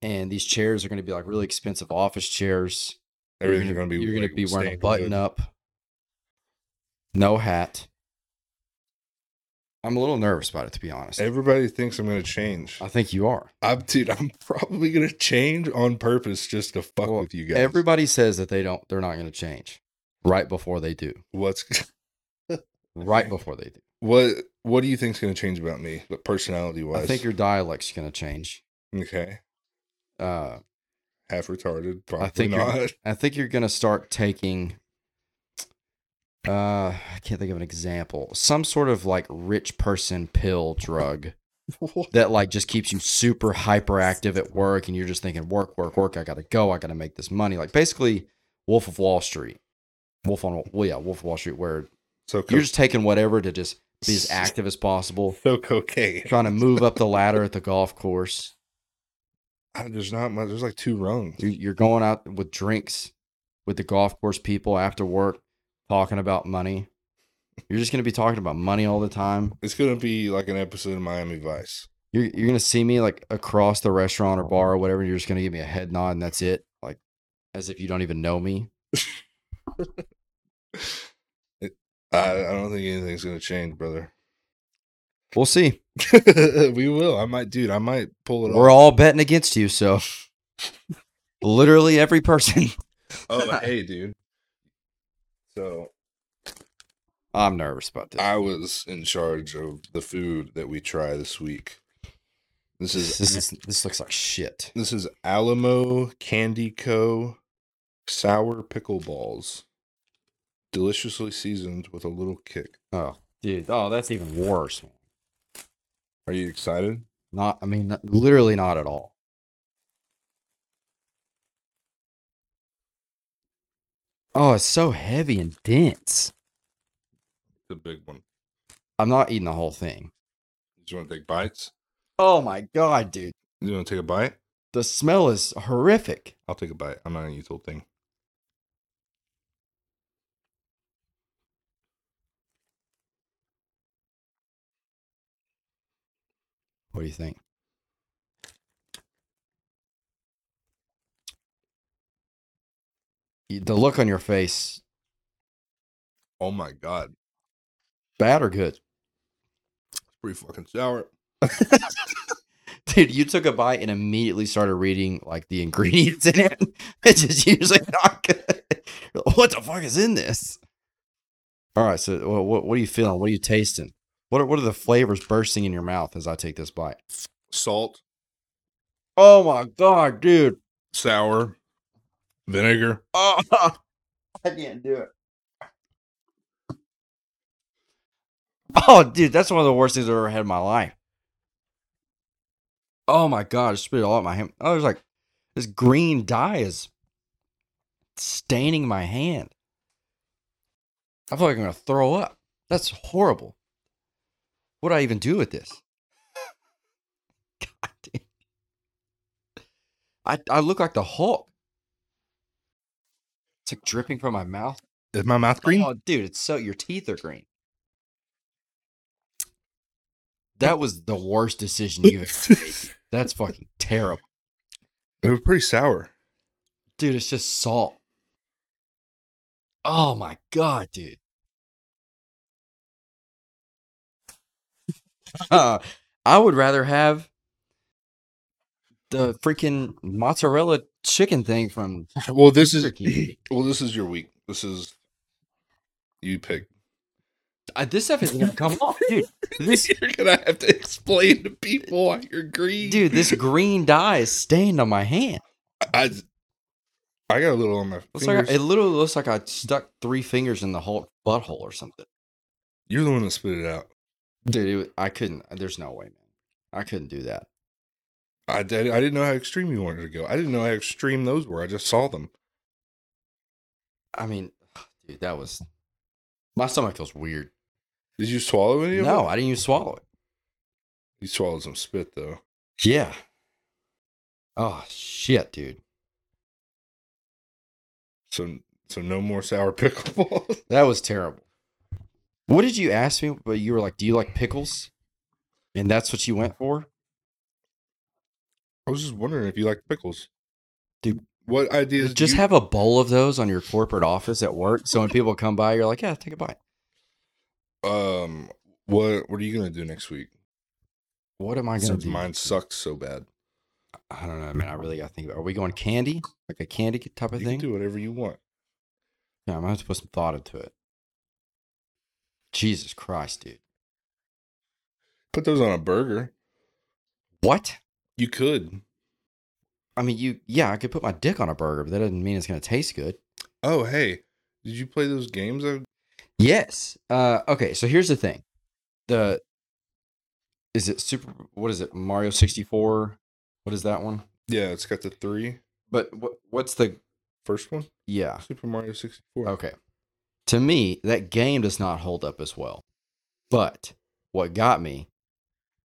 and these chairs are gonna be like really expensive office chairs. Everything's you're gonna, be you're like, gonna be wearing a stained button wood. up, no hat. I'm a little nervous about it to be honest. Everybody thinks I'm gonna change. I think you are. I'm dude, I'm probably gonna change on purpose just to fuck Well, with you guys. Everybody says that they don't they're not gonna change right before they do. what's Right before they do. what what do you think's gonna change about me, but personality wise? I think your dialect's gonna change. okay. Uh half retarded. Probably I think you're, not. I think you're gonna start taking. Uh, I can't think of an example. Some sort of like rich person pill drug that like just keeps you super hyperactive at work, and you're just thinking work, work, work. I gotta go. I gotta make this money. Like basically, Wolf of Wall Street. Wolf on well, yeah, Wolf of Wall Street. Where So co- you're just taking whatever to just be as active as possible, so cocaine. trying to move up the ladder at the golf course. I- There's not much. There's like two rungs. You're, you're going out with drinks with the golf course people after work, talking about money. You're just gonna be talking about money all the time. It's gonna be like an episode of Miami Vice. You're you're gonna see me like across the restaurant or bar or whatever. And you're just gonna give me a head nod and that's it. Like as if you don't even know me. It, I, I don't think anything's gonna change, brother. We'll see. we will. I might, dude. I might pull it We're off. all betting against you, so literally every person. oh, but hey, dude. So I'm nervous about this. I was in charge of the food that we try this week. This is This this, is, this looks like shit. This is Alamo Candy Co. Sour Pickle Balls. Deliciously seasoned with a little kick. Oh, dude. Oh, that's even worse. man. Are you excited? Not. I mean, not- literally not at all. Oh, it's so heavy and dense. The big one. I'm not eating the whole thing. Do you want to take bites? Oh my god, dude. Do you want to take a bite? The smell is horrific. I'll take a bite. I'm not going to eat the whole thing. What do you think? Y- The look on your face, Oh my God. bad or good? It's pretty fucking sour. Dude, you took a bite and immediately started reading like the ingredients in it. It's just usually not good. What the fuck is in this? All right, so what, what, what are you feeling? What are you tasting? What are, what are the flavors bursting in your mouth as I take this bite? Salt, Oh my god, dude! sour, Vinegar. Oh, I can't do it. Oh, dude, that's one of the worst things I've ever had in my life. Oh my god, I spit it all out my hand. Oh, there's like this green dye is staining my hand. I feel like I'm gonna throw up. That's horrible. What do I even do with this? God damn. I I look like the Hulk. It's like dripping from my mouth. Is my mouth green? Oh, dude, it's so your teeth are green. That was the worst decision you've ever made. That's fucking terrible, It was pretty sour. dude. It's just salt. Oh my god, dude. Uh, I would rather have the freaking mozzarella chicken thing from Well, this is Turkey. well, this is your week. This is you pick. uh, this stuff isn't gonna come off, dude. This You're gonna have to explain to people why you're green, dude, this green dye is stained on my hand. I I got a little on my Looks like fingers. I, it literally looks like I stuck three fingers in the Hulk butthole or something. You're the one that spit it out. Dude, it, wa- I couldn't. There's no way, man. I couldn't do that. I did, I didn't know how extreme you wanted to go. I didn't know how extreme those were. I just saw them. I mean, dude, that was. My stomach feels weird. Did you swallow any of No, it? I didn't even swallow it. You swallowed some spit though. Yeah. Oh shit, dude. So so no more sour pickleballs. That was terrible. What did you ask me? But you were like, "Do you like pickles?" And that's what you went for. I was just wondering if you like pickles. Dude. What ideas do Just you- have a bowl of those on your corporate office at work. So when people come by, you're like, "Yeah, take a bite." um what what are you gonna do next week? What am I gonna Since do? mine sucks so bad. I don't know, man. I really got to think about. Are we going candy, like a candy type of You thing? can do whatever you want. Yeah, I'm gonna have to put some thought into it. Jesus Christ, dude! Put those on a burger. What? You could. I mean, you. Yeah, I could put my dick on a burger, but that doesn't mean it's gonna taste good. Oh hey, did you play those games? I Yes. Uh, okay. So here's the thing. The is it super? What is it? Mario 64. What is that one? Yeah, it's got the three But what? What's the? first one. Yeah. Super Mario 64. Okay. To me, that game does not hold up as well. But what got me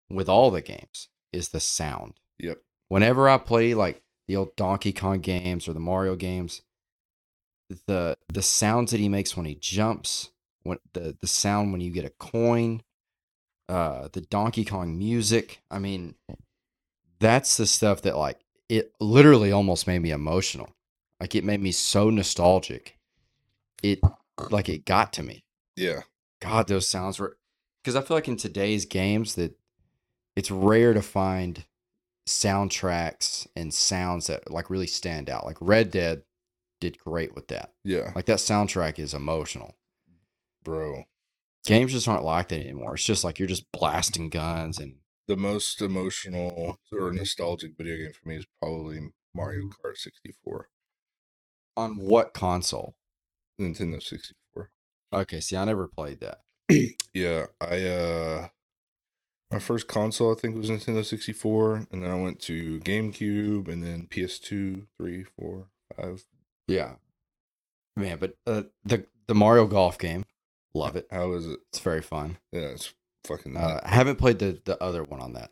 with all the games is the sound. Yep. Whenever I play like the old Donkey Kong games or the Mario games, the the sounds that he makes when he jumps, when the the sound when you get a coin, uh the Donkey Kong music, I mean that's the stuff that like it literally almost made me emotional. Like it made me so nostalgic. It like it got to me. Yeah. God, those sounds were because I feel like in today's games that it's rare to find soundtracks and sounds that like really stand out. Like Red Dead did great with that. Yeah. Like that soundtrack is emotional. Bro. Games just aren't like that anymore. It's just like you're just blasting guns and The most emotional or nostalgic video game for me is probably Mario Mm-hmm. Kart 64. on what console? Nintendo 64. Okay, see, I never played that. Yeah. I, uh, my first console, I think, was Nintendo 64. And then I went to GameCube and then PS2, 3, 4, 5. Yeah, man, but uh, the the Mario Golf game, love it. How is it? It's very fun. Yeah. It's fucking. Uh, I haven't played the the other one on that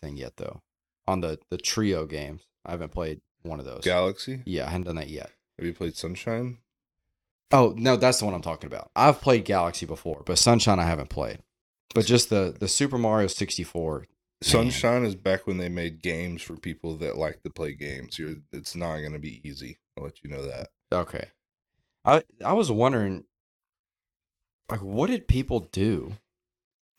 thing yet, though. On the the trio games, I haven't played one of those. Galaxy? Yeah, I haven't done that yet. Have you played Sunshine? Oh no, that's the one I'm talking about. I've played Galaxy before, but Sunshine I haven't played. But just the the Super Mario 64. Sunshine is back when they made games for people that like to play games. You're, it's not going to be easy. I'll let you know that. Okay, I I was wondering, like, what did people do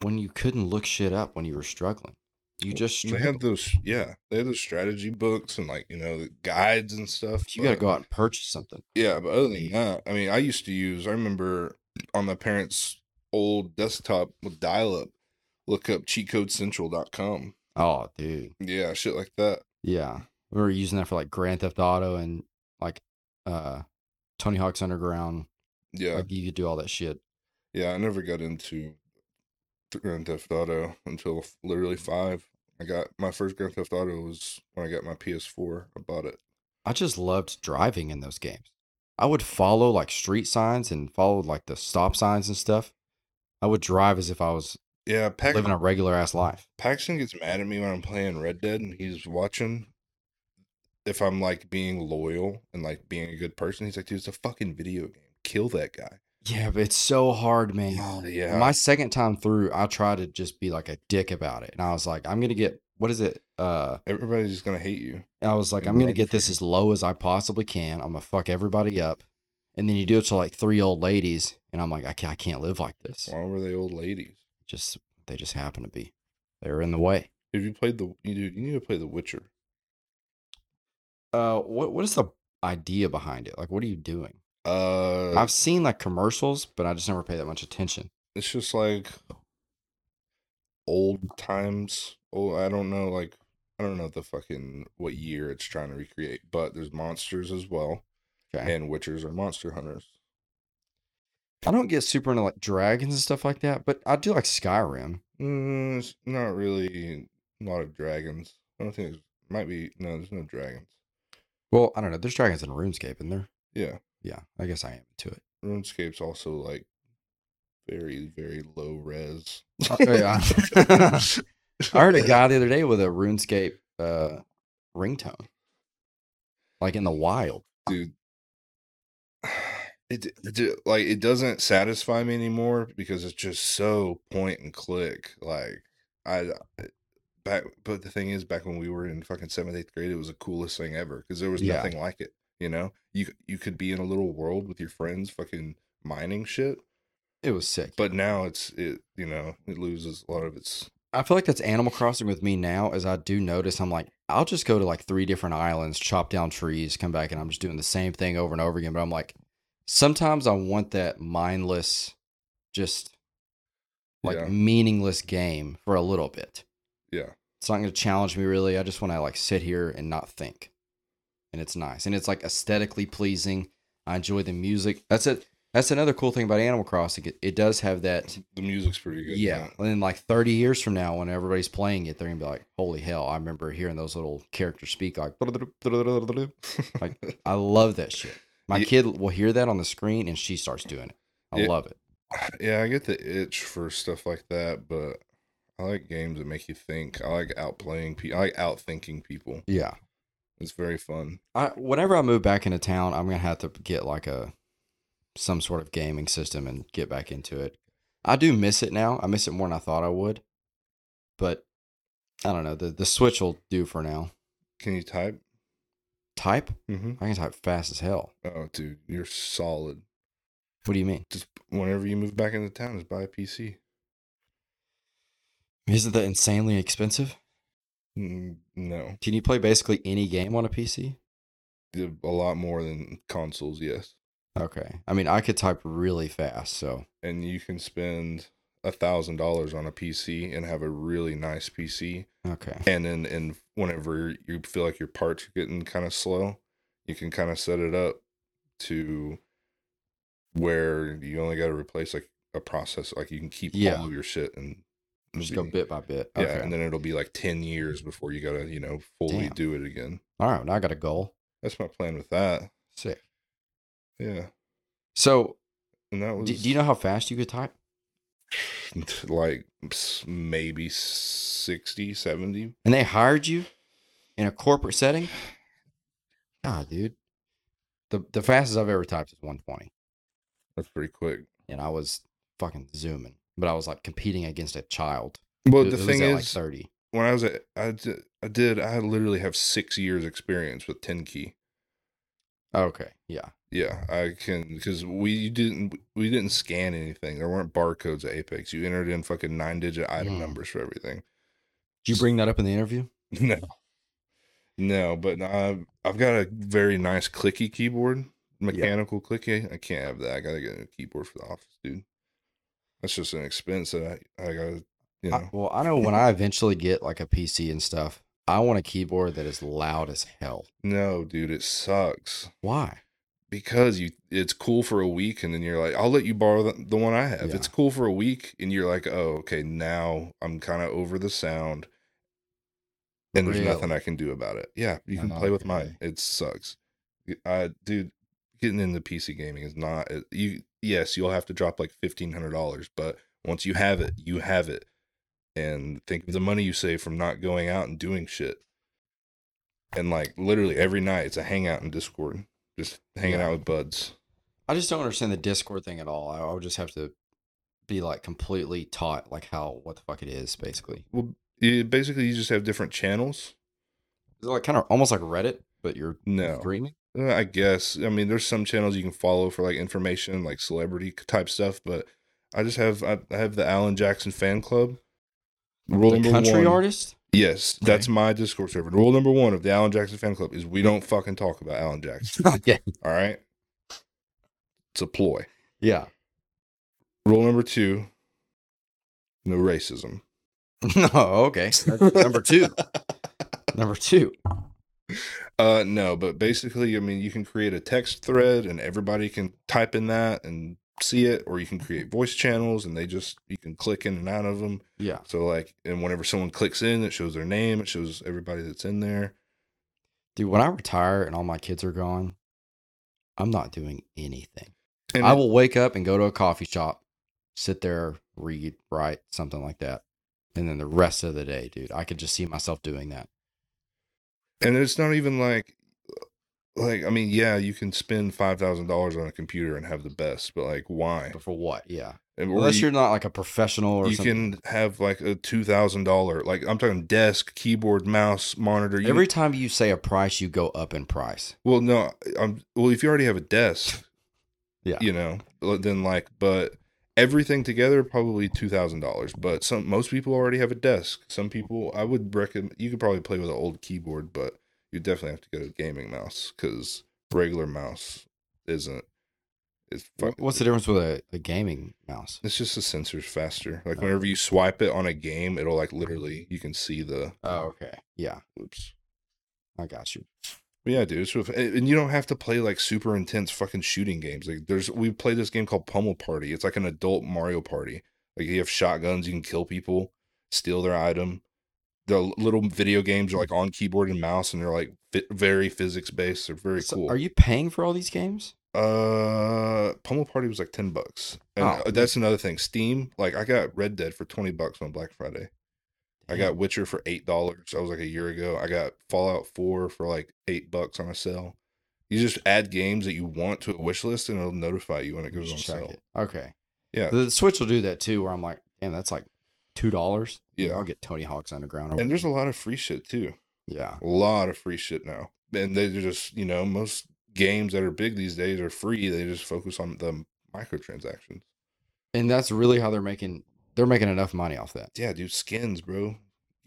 when you couldn't look shit up when you were struggling? You just they have struggled. those, yeah, they have those strategy books and like you know the guides and stuff. you got to but- go out and purchase something. Yeah, but other than that, I mean, I used to use. I remember on my parents' old desktop with dial-up, look up cheatcodecentral.com. Oh, dude. Yeah, shit like that. Yeah. We were using that for like Grand Theft Auto and like uh Tony Hawk's Underground. Yeah, Like you could do all that shit. yeah. I never got into th- Grand Theft Auto until f- Mm. literally five. I got my first Grand Theft Auto was when I got my PS4. I bought it. I just loved driving in those games. I would follow like street signs and follow like the stop signs and stuff. I would drive as if I was Yeah, Pac- living a regular ass life. Paxton gets mad at me when I'm playing Red Dead and he's watching if I'm like being loyal and like being a good person. He's like, dude, it's a fucking video game. Kill that guy. Yeah, but it's so hard, man. Oh, yeah. My second time through, I tried to just be like a dick about it. And I was like, I'm going to get, what is it? Uh, Everybody's just gonna hate you. I was like, And I'm going to run get this as low as I possibly can. I'm going to fuck everybody up. And then you do it to like three old ladies. And I'm like, I can't, I can't live like this. Why were they old ladies? Just, they just happen to be. They were in the way. If you played the you dude, you need to play The Witcher. Uh, what, what is the idea behind it? Like, what are you doing? Uh I've seen like commercials, but I just never pay that much attention. it's just like old times. Oh, I don't know, like I don't know the fucking what year it's trying to recreate, but there's monsters as well. Okay. And witchers are monster hunters. I don't get super into like dragons and stuff like that, but I do like Skyrim. Mm, it's not really a lot of dragons. I don't think there's might be no, there's no dragons. Well, I don't know. There's dragons in RuneScape, and there. Yeah. Yeah, I guess I am into it. RuneScape's also like very, very low res. Uh, yeah. I heard a guy the other day with a RuneScape uh, ringtone, like in the wild. dude. It, d- d- like it doesn't satisfy me anymore because it's just so point and click. Like I back, but the thing is, back when we were in fucking seventh, eighth grade, it was the coolest thing ever because there was Yeah. nothing like it. You know, you c- you could be in a little world with your friends, fucking mining shit. It was sick. But now it's it, you know, it loses a lot of its. I feel like that's Animal Crossing with me now, as I do notice I'm like, I'll just go to like three different islands, chop down trees, come back, and I'm just doing the same thing over and over again. But I'm like, sometimes I want that mindless, just like Yeah. meaningless game for a little bit. Yeah, It's not going to challenge me really. I just want to like sit here and not think. And it's nice. And it's like aesthetically pleasing. I enjoy the music. That's it. That's another cool thing about Animal Crossing. It, it does have that. the music's pretty good. in Yeah. that. And then like 30 years from now, when everybody's playing it, they're going to be like, holy hell. I remember hearing those little characters speak like, Like- I love that shit. My Ye- kid will hear that on the screen and she starts doing it. I Yeah. love it. Yeah, I get the itch for stuff like that, but I like games that make you think. I like outplaying people. I like outthinking people. Yeah. It's very fun. I, whenever I move back into town, I'm gonna have to get like a some sort of gaming system and get back into it. I do miss it now. I miss it more than I thought I would. But I don't know. The the Switch will do for now. Can you type? Type? Mm-hmm. I can type fast as hell. Oh, dude, you're solid. What do you mean? Just whenever you move back into town, just buy a PC. Isn't that insanely expensive? Mm, no, Can you play basically any game on a PC? a lot more than consoles, yes. Okay. I mean, I could type really fast, so And you can spend a thousand dollars on a PC and have a really nice PC okay. and then and whenever you feel like your parts are getting kind of slow you can kind of set it up to where you only got to replace like a process like you can keep Yeah. all of your shit and Just go bit by bit. yeah Okay. Mm. and then it'll be like 10 years before you gotta you know fully Damn. do it again All right, now I got a goal. that's my plan with that Sick. yeah So, and that was do, do you know how fast you could type? like s- maybe 60 70 and they hired you in a corporate setting. God, dude, the the fastest I've ever typed is 120, that's pretty quick and I was fucking zooming, but I was like competing against a child. well who- the who was thing at, is like 30. when I was at, I did, I did, I literally have six years experience with 10 key. Okay, yeah, Yeah, I can because we didn't we didn't scan anything. There weren't barcodes at Apex. You entered in fucking nine digit item Hmm. numbers for everything. did you bring that up in the interview? No, no, but I've I've got a very nice clicky keyboard, mechanical clicky. I can't have that. I gotta get a new keyboard for the office, dude. That's just an expense that I I gotta you know. I- well, I know when I eventually get like a PC and stuff, I want a keyboard that is loud as hell. No, dude, it sucks Why? because you it's cool for a week and then you're like, I'll let you borrow the, the one I have. Yeah. It's cool for a week and you're like, oh, okay, now I'm kind of over the sound and there's nothing I can do about it. Yeah, you I can know, play with Oh, okay. mine. It sucks. I dude, getting into PC gaming is not it- you. Yes, you'll have to drop like fifteen hundred dollars, but once you have it, you have it. And think of the money you save from not going out and doing shit. And like literally every night, it's a hangout in Discord, just hanging Yeah. out with buds. I just don't understand the Discord thing at all. I, I would just have to be like completely taught like how what the fuck it is basically. Well, it, basically, you just have different channels. It's like kind of almost like Reddit, but you're No, streaming. Uh, I guess. I mean, there's some channels you can follow for like information, like celebrity c- type stuff. But I just have I I have the Alan Jackson fan club. Rule The number country one. artist. Yes, that's Okay. my Discord server. Rule number one of the Alan Jackson fan club is we don't fucking talk about Alan Jackson. yeah. all right, it's a ploy. Yeah. Rule number two. No racism. no. Okay. That's number two. number two. Uh, no, but basically, I mean, you can create a text thread and everybody can type in that and see it, or you can create voice channels and they just you can click in and out of them. Yeah. So like, and whenever someone clicks in, it shows their name, it shows everybody that's in there. Dude, when I retire and all my kids are gone, I'm not doing anything. And I will wake up and go to a coffee shop, sit there, read, write, something like that. And then the rest of the day, dude, I could just see myself doing that. and it's not even like, like I mean, yeah, you can spend five thousand dollars on a computer and have the best, but like, why? But for what? Yeah. And- Eh. or Unless you- you're not like a professional or you something. can have like a two thousand dollar, like I'm talking desk, keyboard, mouse, monitor. You Every time you say a price, you go up in price. Well, no, I'm well. If you already have a desk, Yeah. you know, l- then like, but everything together probably two thousand dollars. But some most people already have a desk. Some people, I would recommend you could probably play with an old keyboard, but you definitely have to get a gaming mouse because regular mouse isn't. It's Wha- fuck- What's the difference with a, a gaming mouse? It's just the sensors faster. Like Oh. whenever you swipe it on a game, it'll like literally you can see the. Oh, okay. Yeah, Oops. I got you. But yeah, dude. So if, and and you don't have to play like super intense fucking shooting games. Like there's we played this game called Pummel Party. It's like an adult Mario Party. Like you have shotguns, you can kill people, steal their item. The l- little video games are like on keyboard and mouse, and they're like fi- very physics based. They're very So cool. Are you paying for all these games? uh, Pummel Party was like ten bucks, and Oh. uh, that's another thing. Steam, like I got Red Dead for twenty bucks on Black Friday. I got Witcher for eight dollars. That was like a year ago. I got Fallout Four for like eight bucks on a sale. You just add games that you want to a wish list, and it'll notify you when it Damn, goes you on should check sale. it. Okay. Yeah. The Switch will do that too, where I'm like, damn, that's like two dollars. Yeah. I'll get Tony Hawk's Underground. or And there's a whatever." lot of free shit too. yeah, A lot of free shit now, and they just you know most games that are big these days are free. They just focus on the microtransactions. and that's really how they're making they're making enough money off that. Yeah, dude, skins, bro. Give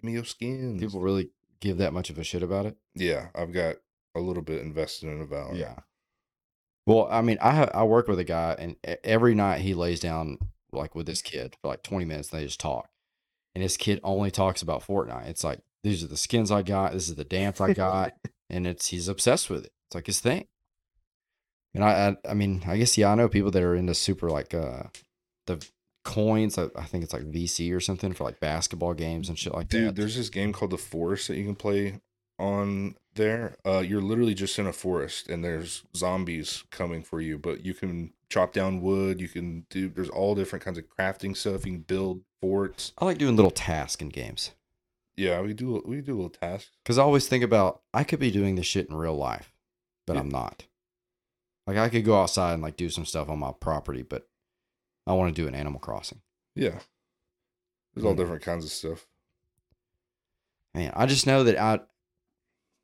me your skins. People really give that much of a shit about it. Oh, Yeah, I've got a little bit invested in a Valorant. Yeah. Well, I mean, I ha- I work with a guy, and e- every night he lays down like with this kid for like twenty minutes, and they just talk. And this kid only talks about Fortnite. It's like these are the skins I got, this is the dance I got, and it's he's obsessed with it. It's like his thing. And I, I, I mean, I guess yeah, I know people that are into super like uh the coins. I, I think it's like VC or something for like basketball games and shit like Dude, that. there's this game called The Forest that you can play on there. Uh, you're literally just in a forest and there's zombies coming for you, but you can chop down wood. You can do, there's all different kinds of crafting stuff. You can build forts. I like doing little tasks in games. Yeah, we do, we do little tasks. Because I always think about I could be doing this shit in real life, but Yeah. I'm not. Like I could go outside and like do some stuff on my property, but I want to do an Animal Crossing. Yeah. There's all Mm. different kinds of stuff. Man, I just know that I,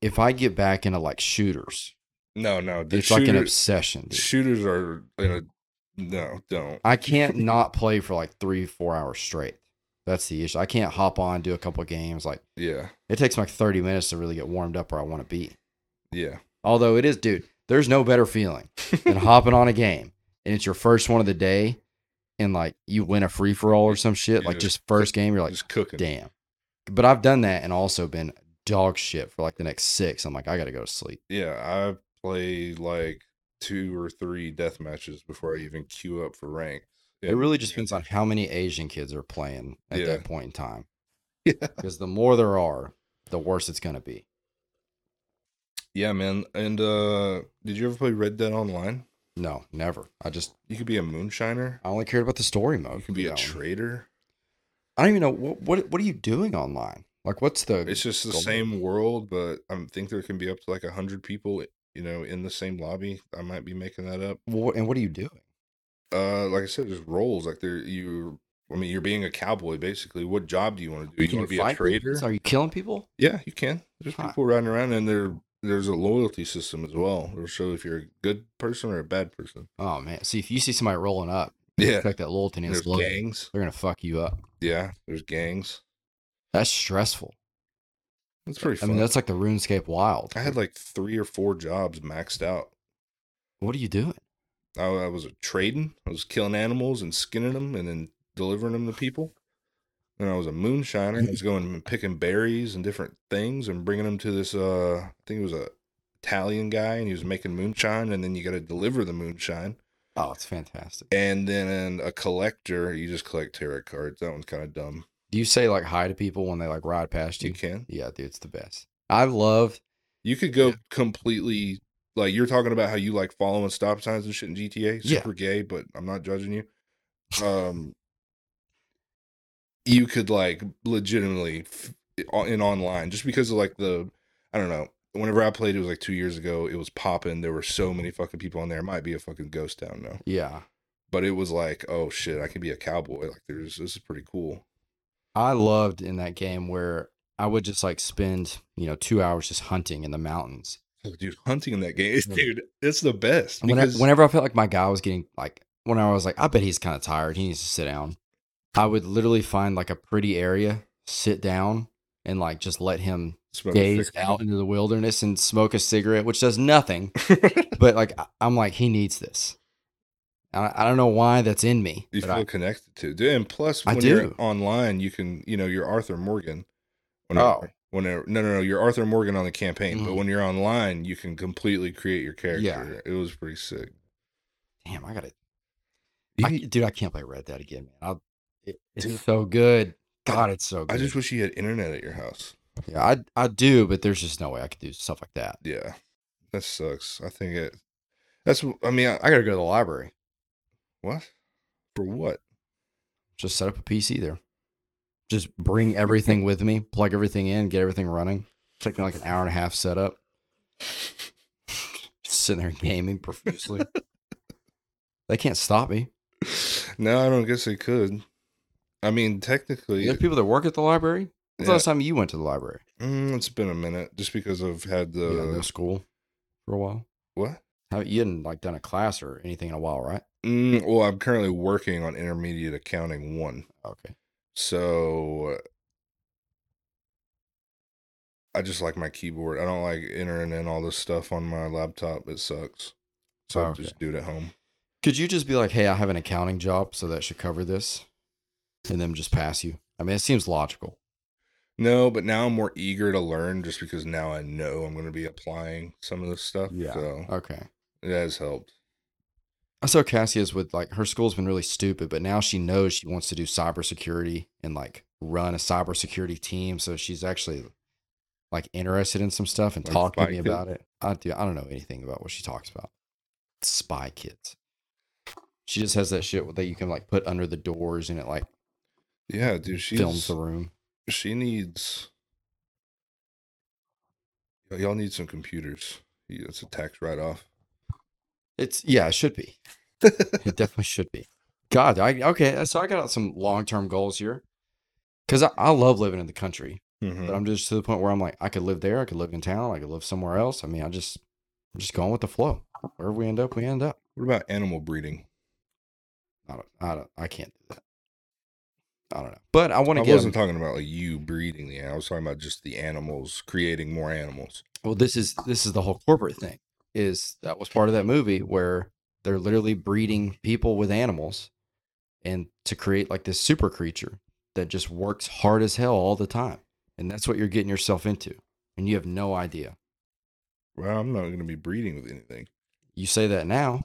if I get back into like shooters, No, no. The it's like an shooters, obsession. Dude. shooters are, in a, no, don't. I can't not play for like three, four hours straight. That's the issue. I can't hop on do a couple of games. Like Yeah. it takes me like thirty minutes to really get warmed up where I want to be. Yeah. Although it is, dude, there's no better feeling than hopping on a game and it's your first one of the day and like you win a free for all or some shit, Yeah, like just- just first game, you're like, Just cooking. damn. But I've done that and also been dog shit for like the next six. I'm like, I gotta go to sleep. Yeah, I play like two or three death matches before I even queue up for rank. It really just depends on how many Asian kids are playing at Yeah. that point in time. Yeah. Because the more there are, the worse it's gonna be. Yeah, man. And uh did you ever play Red Dead Online? No, never. I just You could be a moonshiner. I only cared about the story mode. You could be a No. trader. I don't even know what what what are you doing online? Like, what's the? It's just the Gold. same world, but I think there can be up to like a hundred people, you know, in the same lobby. I might be making that up. what, and what are you doing? Uh, like I said, there's roles. Like there, you. I mean, you're being a cowboy basically. What job do you want to do? You Can want to be a fight trader? these? Are you killing people? Yeah, you can. There's Huh. people riding around, and there there's a loyalty system as well. It'll show if you're a good person or a bad person. Oh man! See, if you see somebody rolling up, Yeah, check that loyalty and there's it's low. They're gangs. gonna fuck you up. Yeah, there's gangs. That's stressful. That's pretty I fun. I, mean, that's like the RuneScape Wild. had like three or four jobs maxed out. what are you doing? I, I was trading. I was killing animals and skinning them, and then delivering them to people. And I was a moonshiner. Mm-hmm. I was going and picking berries and different things and bringing them to this. Uh, I think it was a Italian guy, and he was making moonshine. And then you got to deliver the moonshine. Oh, it's fantastic. And then a collector, you just collect tarot cards. That one's kind of dumb. Do you say like hi to people when they like ride past you? You can. Yeah, dude, it's the best. I love. You could go completely like you're talking about how you like following stop signs and shit in GTA. Yeah. Super gay, but I'm not judging you. Um you could like legitimately f- in online just because of like the I don't know. Whenever I played, it was like two years ago. It was popping. There were so many fucking people on there. It might be a fucking ghost town now, Yeah, but it was like, oh shit, I can be a cowboy. Like, there's this is pretty cool. I loved in that game where I would just like spend you know two hours just hunting in the mountains. Oh, dude, hunting in that game, Yeah. dude, it's the best. And whenever, because- whenever I felt like my guy was getting like, when I was like, I bet he's kind of tired, he needs to sit down. I would literally find like a pretty area, sit down, and like just let him smoke gaze thick- out into the wilderness and smoke a cigarette, which does nothing. but like, I- I'm like, he needs this. I, I don't know why that's in me. you but feel I- connected to. Dude, and plus, I when you're do. online, you can, you know, you're Arthur Morgan. Oh. Whenever, no, no, no, you're Arthur Morgan on the campaign, but Mhm. when you're online, you can completely create your character. Yeah. It was pretty sick. damn, I got to You I, can- dude, I can't play Red Dead again, man. I'll, it, it's Dude. so good. God, it's so I good. just wish you had internet at your house. yeah, I, I do, but there's just no way I could do stuff like that. Yeah, that sucks. I think it. That's. I mean, I, I got to go to the library. what for what? just set up a PC there. Just bring everything with me, plug everything in, get everything running. Took me like an hour and a half setup. Just sitting there gaming profusely. they can't stop me. No, I don't guess they could. I mean, technically, There's people that work at the library. When's the Yeah. last time you went to the library? Mm, it's been a minute, just because I've had the You know, no school for a while. what? Have you hadn't like done a class or anything in a while, right? Mm, well, I'm currently working on intermediate accounting one, Okay. so uh, I just like my keyboard. I don't like entering in all this stuff on my laptop. It sucks, so I Oh, Okay. just do it at home. Could you just be like, hey, I have an accounting job, so that should cover this, and then just pass you? I mean, it seems logical. No, but now I'm more eager to learn, just because now I know I'm going to be applying some of this stuff. Yeah. Uh so Okay. it has helped. I saw Cassia's with like her school's been really stupid, but now she knows she wants to do cybersecurity and like run a cybersecurity team. So she's actually like interested in some stuff and Like talking to Spy me Kids? about it. I do. I don't know anything about what she talks about. Spy kids. She just has that shit that you can like put under the doors and it like Yeah, dude, she's films the room. she needs y- y'all need some computers Yeah, it's a tax write-off It's yeah, it should be. it definitely should be. God, I okay. So I got some long term goals here because I, I love living in the country. but Mhm. I'm just to the point where I'm like, I could live there, I could live in town, I could live somewhere else. I mean, I just, I'm just going with the flow. Wherever we end up, we end up. what about animal breeding I don't, I don't, I can't do that. I don't know, but I want i to get. wasn't 'em- talking about like you breeding the i was talking about just the animals creating more animals well, this is this is the whole corporate thing. Is that was part of that movie where they're literally breeding people with animals, and to create like this super creature that just works hard as hell all the time, and that's what you're getting yourself into. and you have no idea. Well, I'm not going to be breeding with anything. You say that now.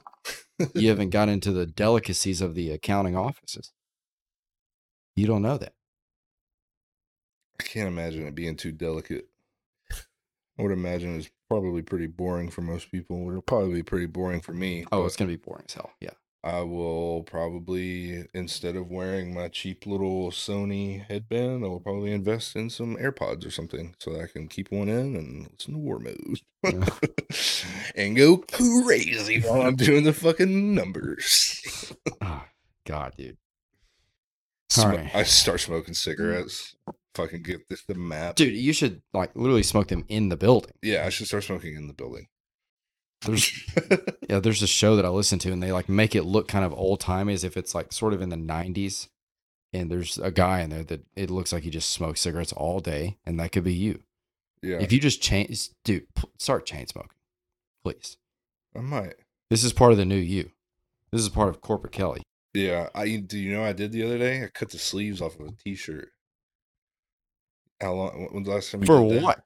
you haven't got into the delicacies of the accounting offices. You don't know that. I can't imagine it being too delicate. I would imagine it's probably pretty boring for most people. It'll probably be pretty boring for me. Oh, but it's gonna be boring as hell. Yeah. I will probably instead of wearing my cheap little Sony headband, I will probably invest in some AirPods or something so that I can keep one in and listen to war mode Yeah. and go crazy while I'm doing the fucking numbers. Oh, God, dude. Smo- right. I start smoking cigarettes. Fucking get this the map. Dude, you should like literally smoke them in the building. Yeah, I should start smoking in the building. There's yeah, there's a show that I listen to and they like make it look kind of old timey as if it's like sort of in the nineties. And there's a guy in there that it looks like he just smokes cigarettes all day, and that could be you. yeah, If you just change dude, p- start chain smoking. Please. I might. This is part of the new you. This is part of corporate Kelly. Yeah, I do. You know, what I did the other day. I cut the sleeves off of a T-shirt. How long? When was the last time? For what?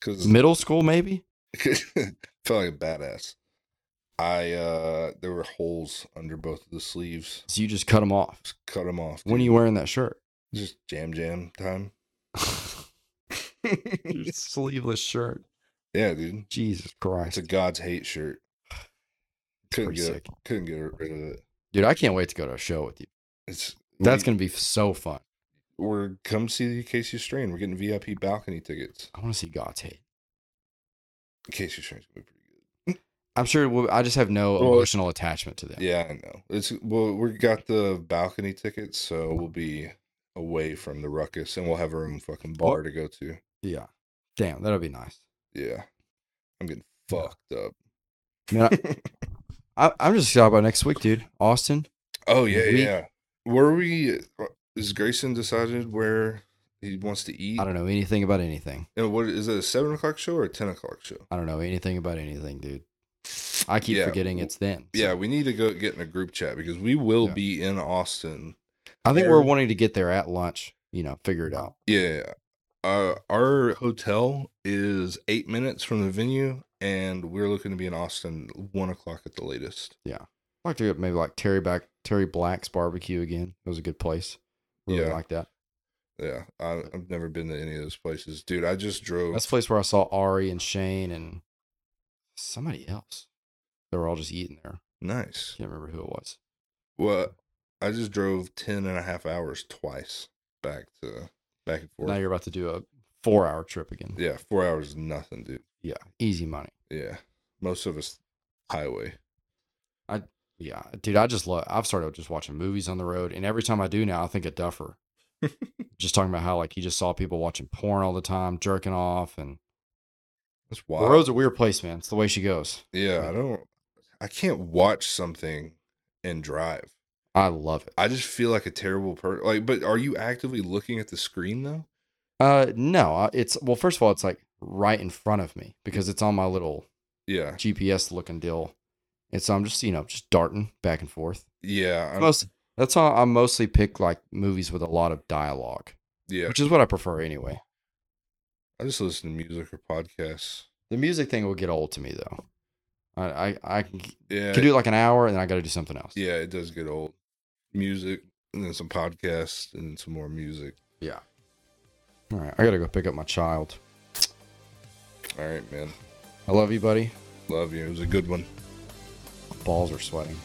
Because Middle school, maybe? felt like a badass. I uh, there were holes under both of the sleeves. So you just cut them off. Just cut them off. When are dude. you wearing that shirt? just jam jam time? sleeveless shirt. yeah, dude. Jesus It's Christ. a God's hate shirt. Couldn't pretty get sick. couldn't get rid of it. Dude, I can't wait to go to a show with you. It's That's we- going to be so fun. we're come see the Casey Strain. We're getting VIP balcony tickets. I want to see God's hate. Casey Strain's gonna be pretty good. I'm sure it will, I just have no Well, emotional attachment to them. Yeah, I know. It's well, we got the balcony tickets, so we'll be away from the ruckus, and we'll have our own fucking bar to go to. Yeah. Damn, that'll be nice. Yeah, I'm getting fucked up. Man, I, I, am just excited about next week, dude. Austin. Oh yeah, We- yeah. Where are we? uh, Is Grayson decided where he wants to eat? I don't know anything about anything. And what is it? A seven o'clock show or a ten o'clock show? I don't know anything about anything, dude. I keep Yeah, forgetting w- it's then. so- Yeah, we need to go get in a group chat because we will Yeah. be in Austin. I think we're there. wanting to get there at lunch, you know, figure it out. Yeah. Uh, our hotel is eight minutes from the venue, and we're looking to be in Austin one o'clock at the latest. I'd like to get maybe like Terry back Terry Black's barbecue again. It was a good place. Really Yeah. like that. Yeah, I, I've never been to any of those places, dude. I just drove. That's the place where I saw Ari and Shane and somebody else. They were all just eating there. nice. Can't remember who it was. Well, I just drove 10 and a half hours twice back to back and forth. Now you're about to do a four hour trip again. yeah, four hours is nothing, dude. Yeah. Easy money. Yeah, most of us highway. Yeah. Dude, I just love I've started just watching movies on the road. And every time I do now, I think of Duffer. just talking about how like he just saw people watching porn all the time, jerking off and That's the wild. road's a weird place, man. It's the way she goes. yeah, I don't. I can't watch something and drive. I love it. I just feel like a terrible person. Like, but are you actively looking at the screen though? Uh, no, I- it's well. First of all, it's like right in front of me because it's on my little Yeah, GPS looking deal, and so I'm just you know just darting back and forth. yeah, I'm- Most that's how I mostly pick like movies with a lot of dialogue, yeah. which is what I prefer anyway. I just listen to music or podcasts. The music thing will get old to me though. I I, I can, can Yeah, do like an hour and then I got to do something else. yeah, it does get old. Music and then some podcasts and then some more music. yeah. All right, I gotta go pick up my child. All right, man. I love you, buddy. Love you. It was a good one. Balls are sweating.